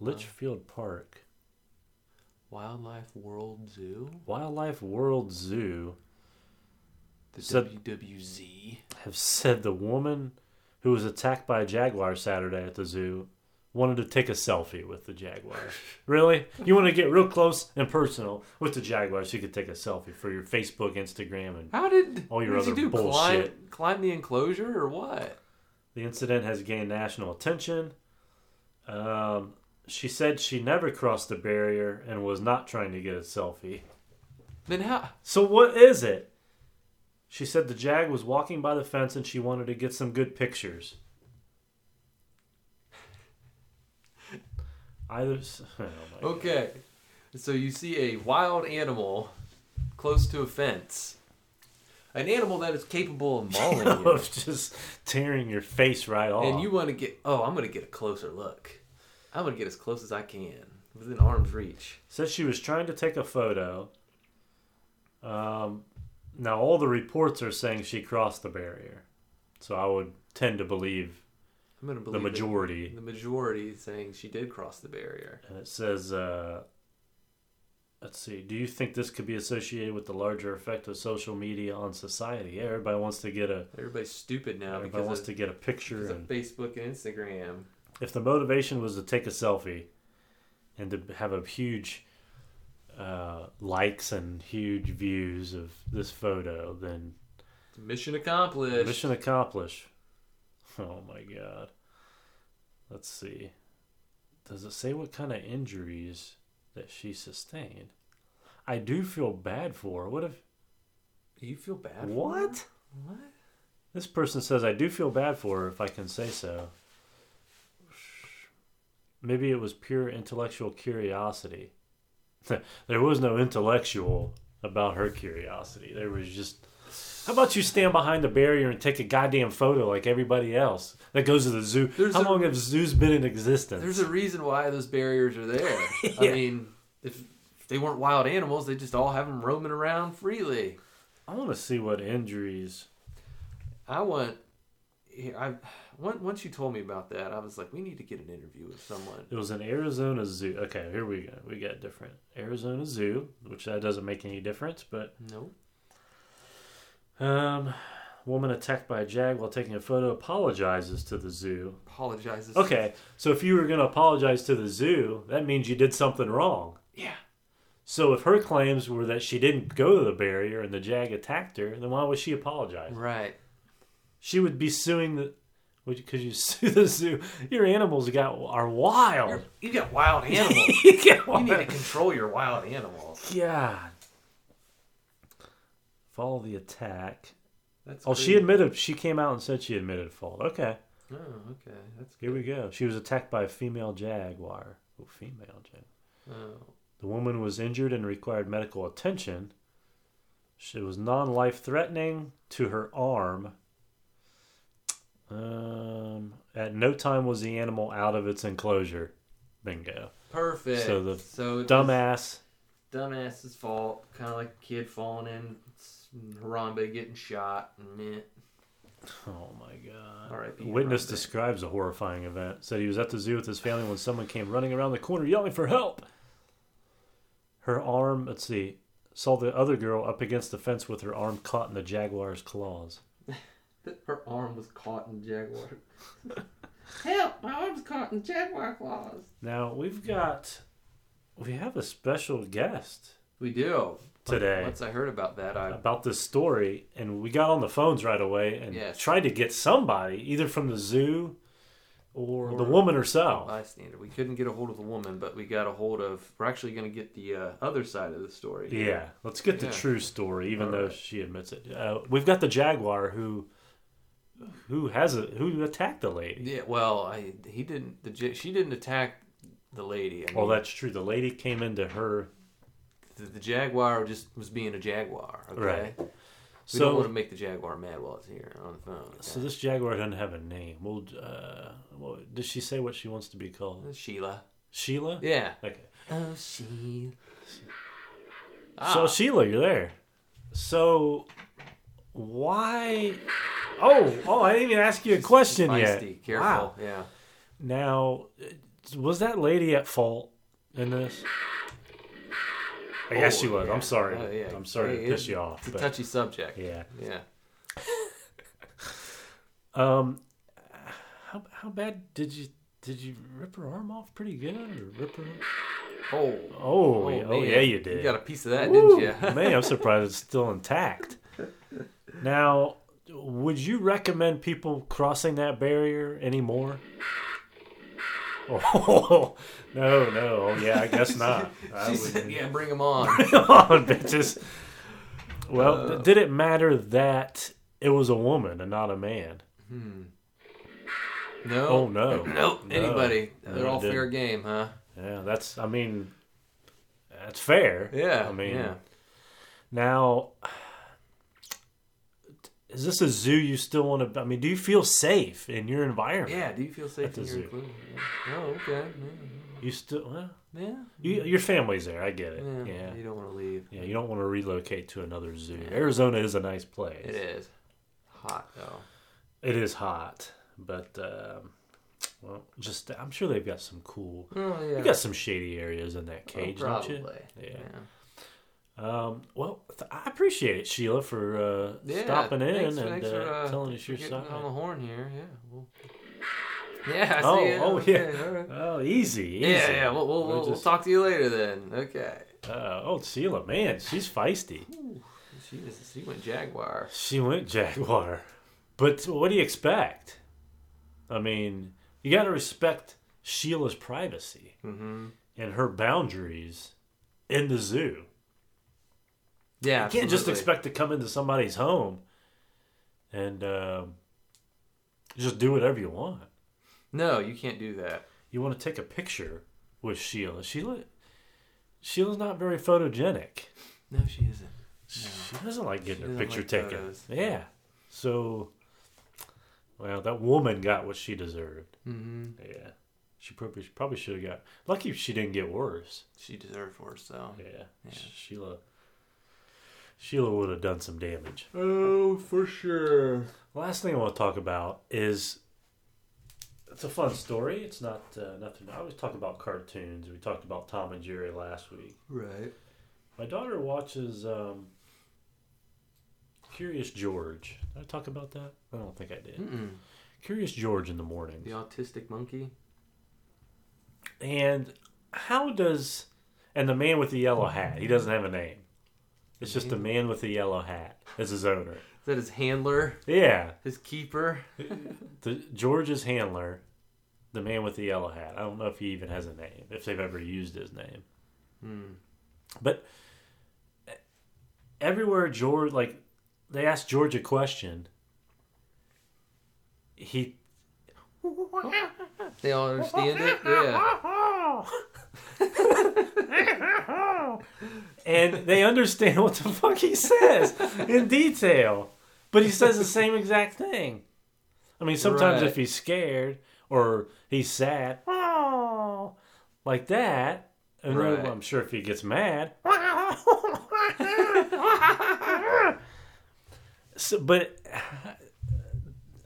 [SPEAKER 1] Litchfield Park.
[SPEAKER 2] Wildlife World Zoo,
[SPEAKER 1] Wildlife World Zoo
[SPEAKER 2] the
[SPEAKER 1] So-
[SPEAKER 2] WWZ.
[SPEAKER 1] have said the woman who was attacked by a jaguar Saturday at the zoo wanted to take a selfie with the jaguar. really? You want to get real close and personal with the jaguar so you could take a selfie for your Facebook, Instagram, and
[SPEAKER 2] How did
[SPEAKER 1] All your
[SPEAKER 2] what did
[SPEAKER 1] other
[SPEAKER 2] he do? Climb,
[SPEAKER 1] bullshit.
[SPEAKER 2] climb the enclosure or what?
[SPEAKER 1] The incident has gained national attention. Um, she said she never crossed the barrier and was not trying to get a selfie.
[SPEAKER 2] Then how?
[SPEAKER 1] So what is it? She said the jag was walking by the fence and she wanted to get some good pictures. Either s- oh my God.
[SPEAKER 2] Okay, so you see a wild animal close to a fence, an animal that is capable of mauling you,
[SPEAKER 1] of just tearing your face right off.
[SPEAKER 2] and you want to get. Oh, I'm gonna get a closer look. I'm gonna get as close as I can, within arm's reach.
[SPEAKER 1] said she was trying to take a photo. Um, now all the reports are saying she crossed the barrier, so I would tend to believe
[SPEAKER 2] I'm gonna
[SPEAKER 1] the
[SPEAKER 2] believe it.
[SPEAKER 1] majority.
[SPEAKER 2] The majority saying she did cross the barrier.
[SPEAKER 1] And it says, uh, let's see, do you think this could be associated with the larger effect of social media on society? Yeah, everybody wants to get a
[SPEAKER 2] Everybody's stupid now
[SPEAKER 1] everybody
[SPEAKER 2] because
[SPEAKER 1] wants
[SPEAKER 2] of,
[SPEAKER 1] to get a picture.
[SPEAKER 2] because of
[SPEAKER 1] And
[SPEAKER 2] Facebook and Instagram.
[SPEAKER 1] if the motivation was to take a selfie and to have a huge uh, likes and huge views of this photo, then
[SPEAKER 2] Mission accomplished.
[SPEAKER 1] Mission accomplished. Oh my god. Let's see. Does it say what kind of injuries that she sustained? I do feel bad for her. What if
[SPEAKER 2] You feel bad? for her?
[SPEAKER 1] what?
[SPEAKER 2] What?
[SPEAKER 1] This person says I do feel bad for her if I can say so. Maybe it was pure intellectual curiosity. there was no intellectual about her curiosity. There was just how about you stand behind the barrier and take a goddamn photo like everybody else that goes to the zoo?
[SPEAKER 2] There's
[SPEAKER 1] how
[SPEAKER 2] a-
[SPEAKER 1] long have zoos been in existence?
[SPEAKER 2] There's a reason why those barriers are there. I
[SPEAKER 1] Yeah.
[SPEAKER 2] mean, if they weren't wild animals, they just all have them roaming around freely.
[SPEAKER 1] I want to see what injuries.
[SPEAKER 2] I want. here, I on- once you told me about that, I was like, we need to get an interview with someone.
[SPEAKER 1] It was an Arizona zoo. Okay, here we go. We got different Arizona zoo, which that doesn't make any difference, but
[SPEAKER 2] No.
[SPEAKER 1] Um, woman attacked by a jag while taking a photo apologizes to the zoo.
[SPEAKER 2] Apologizes.
[SPEAKER 1] Okay, so if you were going to apologize to the zoo, that means you did something wrong.
[SPEAKER 2] Yeah.
[SPEAKER 1] So if her claims were that she didn't go to the barrier and the jag attacked her, then why would she apologize?
[SPEAKER 2] Right.
[SPEAKER 1] She would be suing the. Because you sue the zoo, your animals got are wild.
[SPEAKER 2] You got wild animals.
[SPEAKER 1] You get
[SPEAKER 2] you need to
[SPEAKER 1] wild.
[SPEAKER 2] control your wild animals.
[SPEAKER 1] God. Follow the attack.
[SPEAKER 2] That's
[SPEAKER 1] Oh, she
[SPEAKER 2] crazy.
[SPEAKER 1] admitted. She came out and said she admitted fault. Okay.
[SPEAKER 2] Oh, okay. That's
[SPEAKER 1] Here we go. She was attacked by a female jaguar. Oh, female jaguar.
[SPEAKER 2] oh.
[SPEAKER 1] The woman was injured and required medical attention. She was non life threatening to her arm. Um, at no time was the animal out of its enclosure. Bingo.
[SPEAKER 2] perfect.
[SPEAKER 1] So the
[SPEAKER 2] so it was-
[SPEAKER 1] Dumbass.
[SPEAKER 2] dumbass's fault, kind of like a kid falling in, Harambe getting shot, and meh.
[SPEAKER 1] Oh my god.
[SPEAKER 2] All right, therapy.
[SPEAKER 1] Witness
[SPEAKER 2] Around there.
[SPEAKER 1] describes a horrifying event. Said he was at the zoo with his family when someone came running around the corner yelling for help. Her arm, let's see, saw the other girl up against the fence with her arm caught in the jaguar's claws.
[SPEAKER 2] Her arm was caught in jaguar. Help! My arm's caught in jaguar claws.
[SPEAKER 1] Now we've got, we have a special guest
[SPEAKER 2] We do
[SPEAKER 1] today
[SPEAKER 2] Once I heard about that, I
[SPEAKER 1] about this story, and we got on the phones right away and
[SPEAKER 2] Yes.
[SPEAKER 1] tried to get somebody either from the zoo or, the
[SPEAKER 2] Or-
[SPEAKER 1] woman herself.
[SPEAKER 2] bystander. We couldn't get a hold of the woman, but we got a hold of. We're actually going to get the uh, other side of the story.
[SPEAKER 1] Yeah, let's get
[SPEAKER 2] Yeah.
[SPEAKER 1] the true story, even
[SPEAKER 2] All
[SPEAKER 1] though
[SPEAKER 2] right.
[SPEAKER 1] she admits it. Uh, we've got the jaguar who who has a who attacked the lady.
[SPEAKER 2] Yeah, well, I he didn't. The ja- she didn't attack the lady. I mean,
[SPEAKER 1] Well, that's true. The lady came into her.
[SPEAKER 2] the, the jaguar just was being a jaguar. Okay,
[SPEAKER 1] Right.
[SPEAKER 2] we don't
[SPEAKER 1] So
[SPEAKER 2] want to make the jaguar mad while it's here on the phone. Okay?
[SPEAKER 1] so this jaguar doesn't have a name. Well, uh, well, does she say what she wants to be called?
[SPEAKER 2] Sheila.
[SPEAKER 1] Sheila.
[SPEAKER 2] Yeah.
[SPEAKER 1] Okay.
[SPEAKER 2] Oh, Sheila.
[SPEAKER 1] So
[SPEAKER 2] Ah,
[SPEAKER 1] Sheila, you're there. So why? Oh, oh! I didn't even ask you a question yet.
[SPEAKER 2] feisty. Careful.
[SPEAKER 1] Wow.
[SPEAKER 2] Yeah.
[SPEAKER 1] Now, was that lady at fault in this? I
[SPEAKER 2] Oh,
[SPEAKER 1] guess she was.
[SPEAKER 2] yeah.
[SPEAKER 1] I'm sorry.
[SPEAKER 2] Oh, yeah.
[SPEAKER 1] I'm sorry
[SPEAKER 2] Hey,
[SPEAKER 1] to piss
[SPEAKER 2] it-
[SPEAKER 1] you off.
[SPEAKER 2] It's a
[SPEAKER 1] but-
[SPEAKER 2] touchy subject.
[SPEAKER 1] yeah.
[SPEAKER 2] Yeah.
[SPEAKER 1] Um, how how bad did you did you rip her arm off? Pretty good, or rip her?
[SPEAKER 2] Oh.
[SPEAKER 1] Oh, yeah, oh
[SPEAKER 2] man.
[SPEAKER 1] yeah, you did.
[SPEAKER 2] You got a piece of that,
[SPEAKER 1] Woo!
[SPEAKER 2] didn't you?
[SPEAKER 1] man, I'm surprised it's still intact. Now, would you recommend people crossing that barrier anymore? Oh no, no, yeah, I guess not. I
[SPEAKER 2] she
[SPEAKER 1] would-
[SPEAKER 2] said, "Yeah, bring him on."
[SPEAKER 1] Come on, bitches. Well,
[SPEAKER 2] Uh.
[SPEAKER 1] th- did it matter that it was a woman and not a man?
[SPEAKER 2] No.
[SPEAKER 1] Oh, no.
[SPEAKER 2] Nope.
[SPEAKER 1] No.
[SPEAKER 2] Anybody.
[SPEAKER 1] No,
[SPEAKER 2] They're
[SPEAKER 1] it
[SPEAKER 2] all
[SPEAKER 1] didn't.
[SPEAKER 2] fair game, huh?
[SPEAKER 1] Yeah, that's. I mean, that's fair.
[SPEAKER 2] Yeah.
[SPEAKER 1] I mean,
[SPEAKER 2] yeah.
[SPEAKER 1] now, is this a zoo you still want to? I mean, do you feel safe in your environment?
[SPEAKER 2] Yeah. Do you feel
[SPEAKER 1] At
[SPEAKER 2] safe
[SPEAKER 1] the
[SPEAKER 2] in your
[SPEAKER 1] zoo.
[SPEAKER 2] inclusion? Yeah. Oh, okay.
[SPEAKER 1] You still. Well,
[SPEAKER 2] Yeah. Yeah.
[SPEAKER 1] you, your family's there. I get it.
[SPEAKER 2] Yeah.
[SPEAKER 1] Yeah.
[SPEAKER 2] You don't want to leave.
[SPEAKER 1] Yeah, you don't want to relocate to another zoo. Arizona is a nice place.
[SPEAKER 2] It is hot though.
[SPEAKER 1] It is hot, but um, well, just I'm sure they've got some cool
[SPEAKER 2] Oh yeah.
[SPEAKER 1] You got some shady areas in that
[SPEAKER 2] Oh,
[SPEAKER 1] cage, don't
[SPEAKER 2] probably.
[SPEAKER 1] you? Yeah. Um, well, th- I appreciate it, Sheila, for uh,
[SPEAKER 2] Yeah,
[SPEAKER 1] stopping in
[SPEAKER 2] thanks-
[SPEAKER 1] and
[SPEAKER 2] thanks
[SPEAKER 1] uh,
[SPEAKER 2] for, uh,
[SPEAKER 1] telling us
[SPEAKER 2] You're
[SPEAKER 1] your
[SPEAKER 2] getting on the
[SPEAKER 1] side.
[SPEAKER 2] horn here. Yeah. Well. Yeah. I see
[SPEAKER 1] Oh,
[SPEAKER 2] ya.
[SPEAKER 1] oh,
[SPEAKER 2] Okay,
[SPEAKER 1] yeah.
[SPEAKER 2] all right.
[SPEAKER 1] Oh, easy, easy.
[SPEAKER 2] Yeah, yeah. We'll, we'll,
[SPEAKER 1] We're
[SPEAKER 2] we'll,
[SPEAKER 1] just-
[SPEAKER 2] we'll talk to you later then. Okay.
[SPEAKER 1] Uh, oh, Sheila, man, she's feisty.
[SPEAKER 2] She is. She went jaguar.
[SPEAKER 1] She went Jaguar. But what do you expect? I mean, you got to respect Sheila's privacy
[SPEAKER 2] Mm-hmm.
[SPEAKER 1] and her boundaries in the zoo.
[SPEAKER 2] Yeah.
[SPEAKER 1] You can't just
[SPEAKER 2] absolutely.
[SPEAKER 1] expect to come into somebody's home and um, just do whatever you want.
[SPEAKER 2] No, you can't do that.
[SPEAKER 1] You want to take a picture with Sheila. Sheila, Sheila's not very photogenic.
[SPEAKER 2] No, she isn't.
[SPEAKER 1] She doesn't like getting
[SPEAKER 2] She
[SPEAKER 1] her
[SPEAKER 2] doesn't
[SPEAKER 1] picture
[SPEAKER 2] like
[SPEAKER 1] taken.
[SPEAKER 2] photos.
[SPEAKER 1] Yeah. So, well, that woman got what she deserved.
[SPEAKER 2] Mm-hmm.
[SPEAKER 1] Yeah. She probably she probably should have got lucky. She didn't get worse.
[SPEAKER 2] She deserved worse though.
[SPEAKER 1] Yeah.
[SPEAKER 2] Yeah.
[SPEAKER 1] Sheila. Sheila would have done some damage.
[SPEAKER 2] Oh, for sure.
[SPEAKER 1] Last thing I want to talk about is it's a fun story. It's not uh, nothing. I always talk about cartoons. We talked about Tom and Jerry last week.
[SPEAKER 2] Right.
[SPEAKER 1] My daughter watches um, Curious George. Did I talk about that? I don't think I did.
[SPEAKER 2] Mm-mm.
[SPEAKER 1] Curious George in the morning.
[SPEAKER 2] The autistic monkey.
[SPEAKER 1] And how does and the man with the yellow hat? He doesn't have a name. It's just the man with the yellow hat as his owner.
[SPEAKER 2] Is that his handler?
[SPEAKER 1] Yeah,
[SPEAKER 2] His keeper?
[SPEAKER 1] the George's handler, the man with the yellow hat. I don't know if he even has a name, if they've ever used his name.
[SPEAKER 2] Hmm.
[SPEAKER 1] But e, everywhere George, like, they ask George a question, he.
[SPEAKER 2] They all understand it. Yeah.
[SPEAKER 1] and they understand what the fuck he says in detail. But he says the same exact thing. I mean, sometimes
[SPEAKER 2] Right.
[SPEAKER 1] if he's scared or he's sad, oh, like that. And then
[SPEAKER 2] Right.
[SPEAKER 1] I'm sure if he gets mad. so, but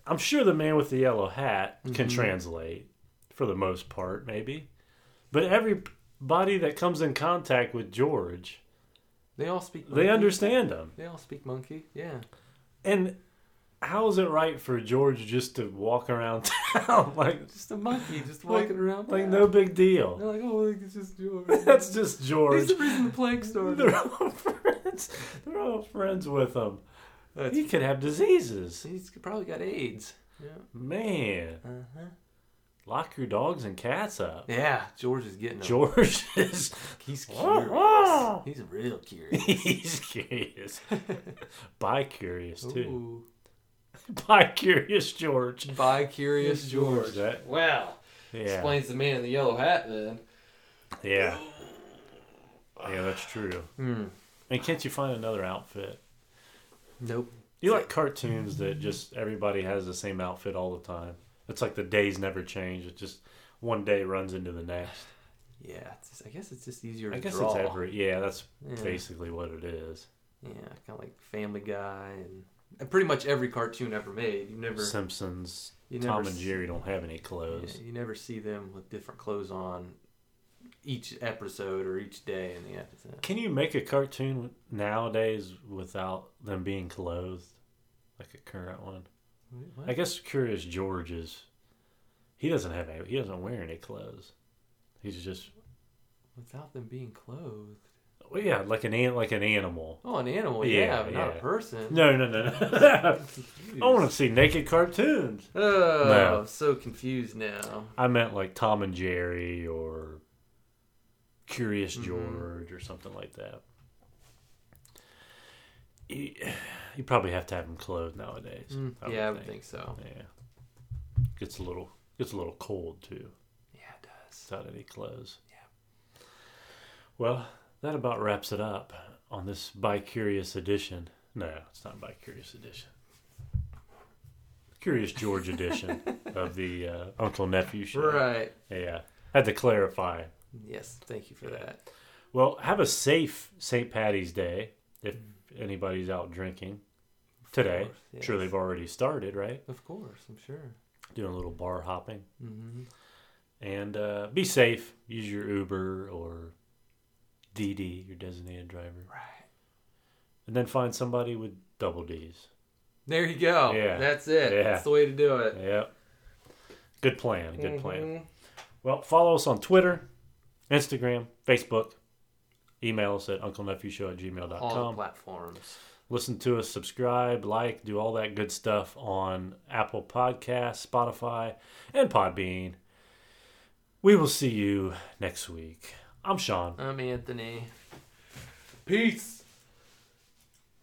[SPEAKER 1] I'm sure the man with the yellow hat can
[SPEAKER 2] Mhm.
[SPEAKER 1] translate for the most part, maybe. But everybody that comes in contact with George,
[SPEAKER 2] They all speak.
[SPEAKER 1] they
[SPEAKER 2] monkey.
[SPEAKER 1] understand him.
[SPEAKER 2] They all speak monkey. Yeah.
[SPEAKER 1] And how is it right for George just to walk around town like
[SPEAKER 2] Just a monkey, just
[SPEAKER 1] Like-
[SPEAKER 2] walking around.
[SPEAKER 1] like no big deal?
[SPEAKER 2] They're like, oh, look, it's just you.
[SPEAKER 1] That's just
[SPEAKER 2] He's
[SPEAKER 1] George.
[SPEAKER 2] the reason the plague started.
[SPEAKER 1] They're all friends. They're all friends with him.
[SPEAKER 2] That's,
[SPEAKER 1] He could have diseases.
[SPEAKER 2] he's probably got AIDS. Yeah.
[SPEAKER 1] Man,
[SPEAKER 2] Uh huh.
[SPEAKER 1] lock your dogs and cats up.
[SPEAKER 2] Yeah, George is getting. 'em.
[SPEAKER 1] George is
[SPEAKER 2] He's
[SPEAKER 1] Wah, wah.
[SPEAKER 2] curious. He's real curious.
[SPEAKER 1] he's curious. Bi curious too.
[SPEAKER 2] Ooh.
[SPEAKER 1] Bi curious George.
[SPEAKER 2] By curious George.
[SPEAKER 1] that-
[SPEAKER 2] Wow.
[SPEAKER 1] Yeah.
[SPEAKER 2] Explains the man in the yellow hat then.
[SPEAKER 1] Yeah. Yeah, that's true.
[SPEAKER 2] Hmm.
[SPEAKER 1] And can't you find another outfit?
[SPEAKER 2] Nope.
[SPEAKER 1] You like cartoons that just everybody has the same outfit all the time. It's like the days never change. It just one day runs into the next.
[SPEAKER 2] Yeah. It's just, I guess it's just easier to
[SPEAKER 1] I guess
[SPEAKER 2] draw.
[SPEAKER 1] it's every yeah, that's
[SPEAKER 2] Yeah.
[SPEAKER 1] basically what it is.
[SPEAKER 2] Yeah, kind of like Family Guy and, and pretty much every cartoon ever made. You never,
[SPEAKER 1] Simpsons,
[SPEAKER 2] you never,
[SPEAKER 1] Tom and
[SPEAKER 2] s-
[SPEAKER 1] Jerry don't have any clothes.
[SPEAKER 2] yeah, you never see them with different clothes on each episode or each day in the episode.
[SPEAKER 1] Can you make a cartoon nowadays without them being clothed? Like a current one?
[SPEAKER 2] What?
[SPEAKER 1] I guess Curious George is he doesn't have any, he doesn't wear any clothes. He's just
[SPEAKER 2] Without them being clothed.
[SPEAKER 1] well, yeah, like an an like an animal.
[SPEAKER 2] Oh, an animal, yeah,
[SPEAKER 1] Yeah,
[SPEAKER 2] but not
[SPEAKER 1] yeah.
[SPEAKER 2] a person.
[SPEAKER 1] No, no, no. no. I want to see naked cartoons.
[SPEAKER 2] Oh,
[SPEAKER 1] No.
[SPEAKER 2] I'm so confused now.
[SPEAKER 1] I meant like Tom and Jerry or Curious
[SPEAKER 2] Mhm.
[SPEAKER 1] George or something like that. You, you probably have to have them clothed nowadays.
[SPEAKER 2] Mm,
[SPEAKER 1] I would
[SPEAKER 2] yeah, I would think so.
[SPEAKER 1] Yeah, gets a little gets a little cold too
[SPEAKER 2] Yeah, it does.
[SPEAKER 1] without any clothes. Yeah. Well, that about wraps it up on this bi-curious edition. No, it's not bi-curious edition. Curious George edition of the uh, Uncle Nephew show.
[SPEAKER 2] Right.
[SPEAKER 1] Yeah, had to clarify.
[SPEAKER 2] Yes, thank you for that.
[SPEAKER 1] Well, have a safe St. Patty's Day if anybody's out drinking today.
[SPEAKER 2] Of course, yes.
[SPEAKER 1] Sure, they've already started, right?
[SPEAKER 2] Of course, I'm sure.
[SPEAKER 1] Doing a little bar hopping.
[SPEAKER 2] hmm
[SPEAKER 1] And uh, be safe. Use your Uber or DD, your designated driver.
[SPEAKER 2] Right.
[SPEAKER 1] And then find somebody with double D's.
[SPEAKER 2] There you go.
[SPEAKER 1] Yeah.
[SPEAKER 2] That's it.
[SPEAKER 1] Yeah.
[SPEAKER 2] That's the way to do it.
[SPEAKER 1] Yep. Good plan. Good plan.
[SPEAKER 2] Mhm.
[SPEAKER 1] Well, follow us on Twitter, Instagram, Facebook. Email us at unclenephewshow at gmail.com.
[SPEAKER 2] All the platforms.
[SPEAKER 1] listen to us, subscribe, like, do all that good stuff on Apple Podcasts, Spotify, and Podbean. We will see you next week. I'm Sean.
[SPEAKER 2] I'm Anthony. Peace.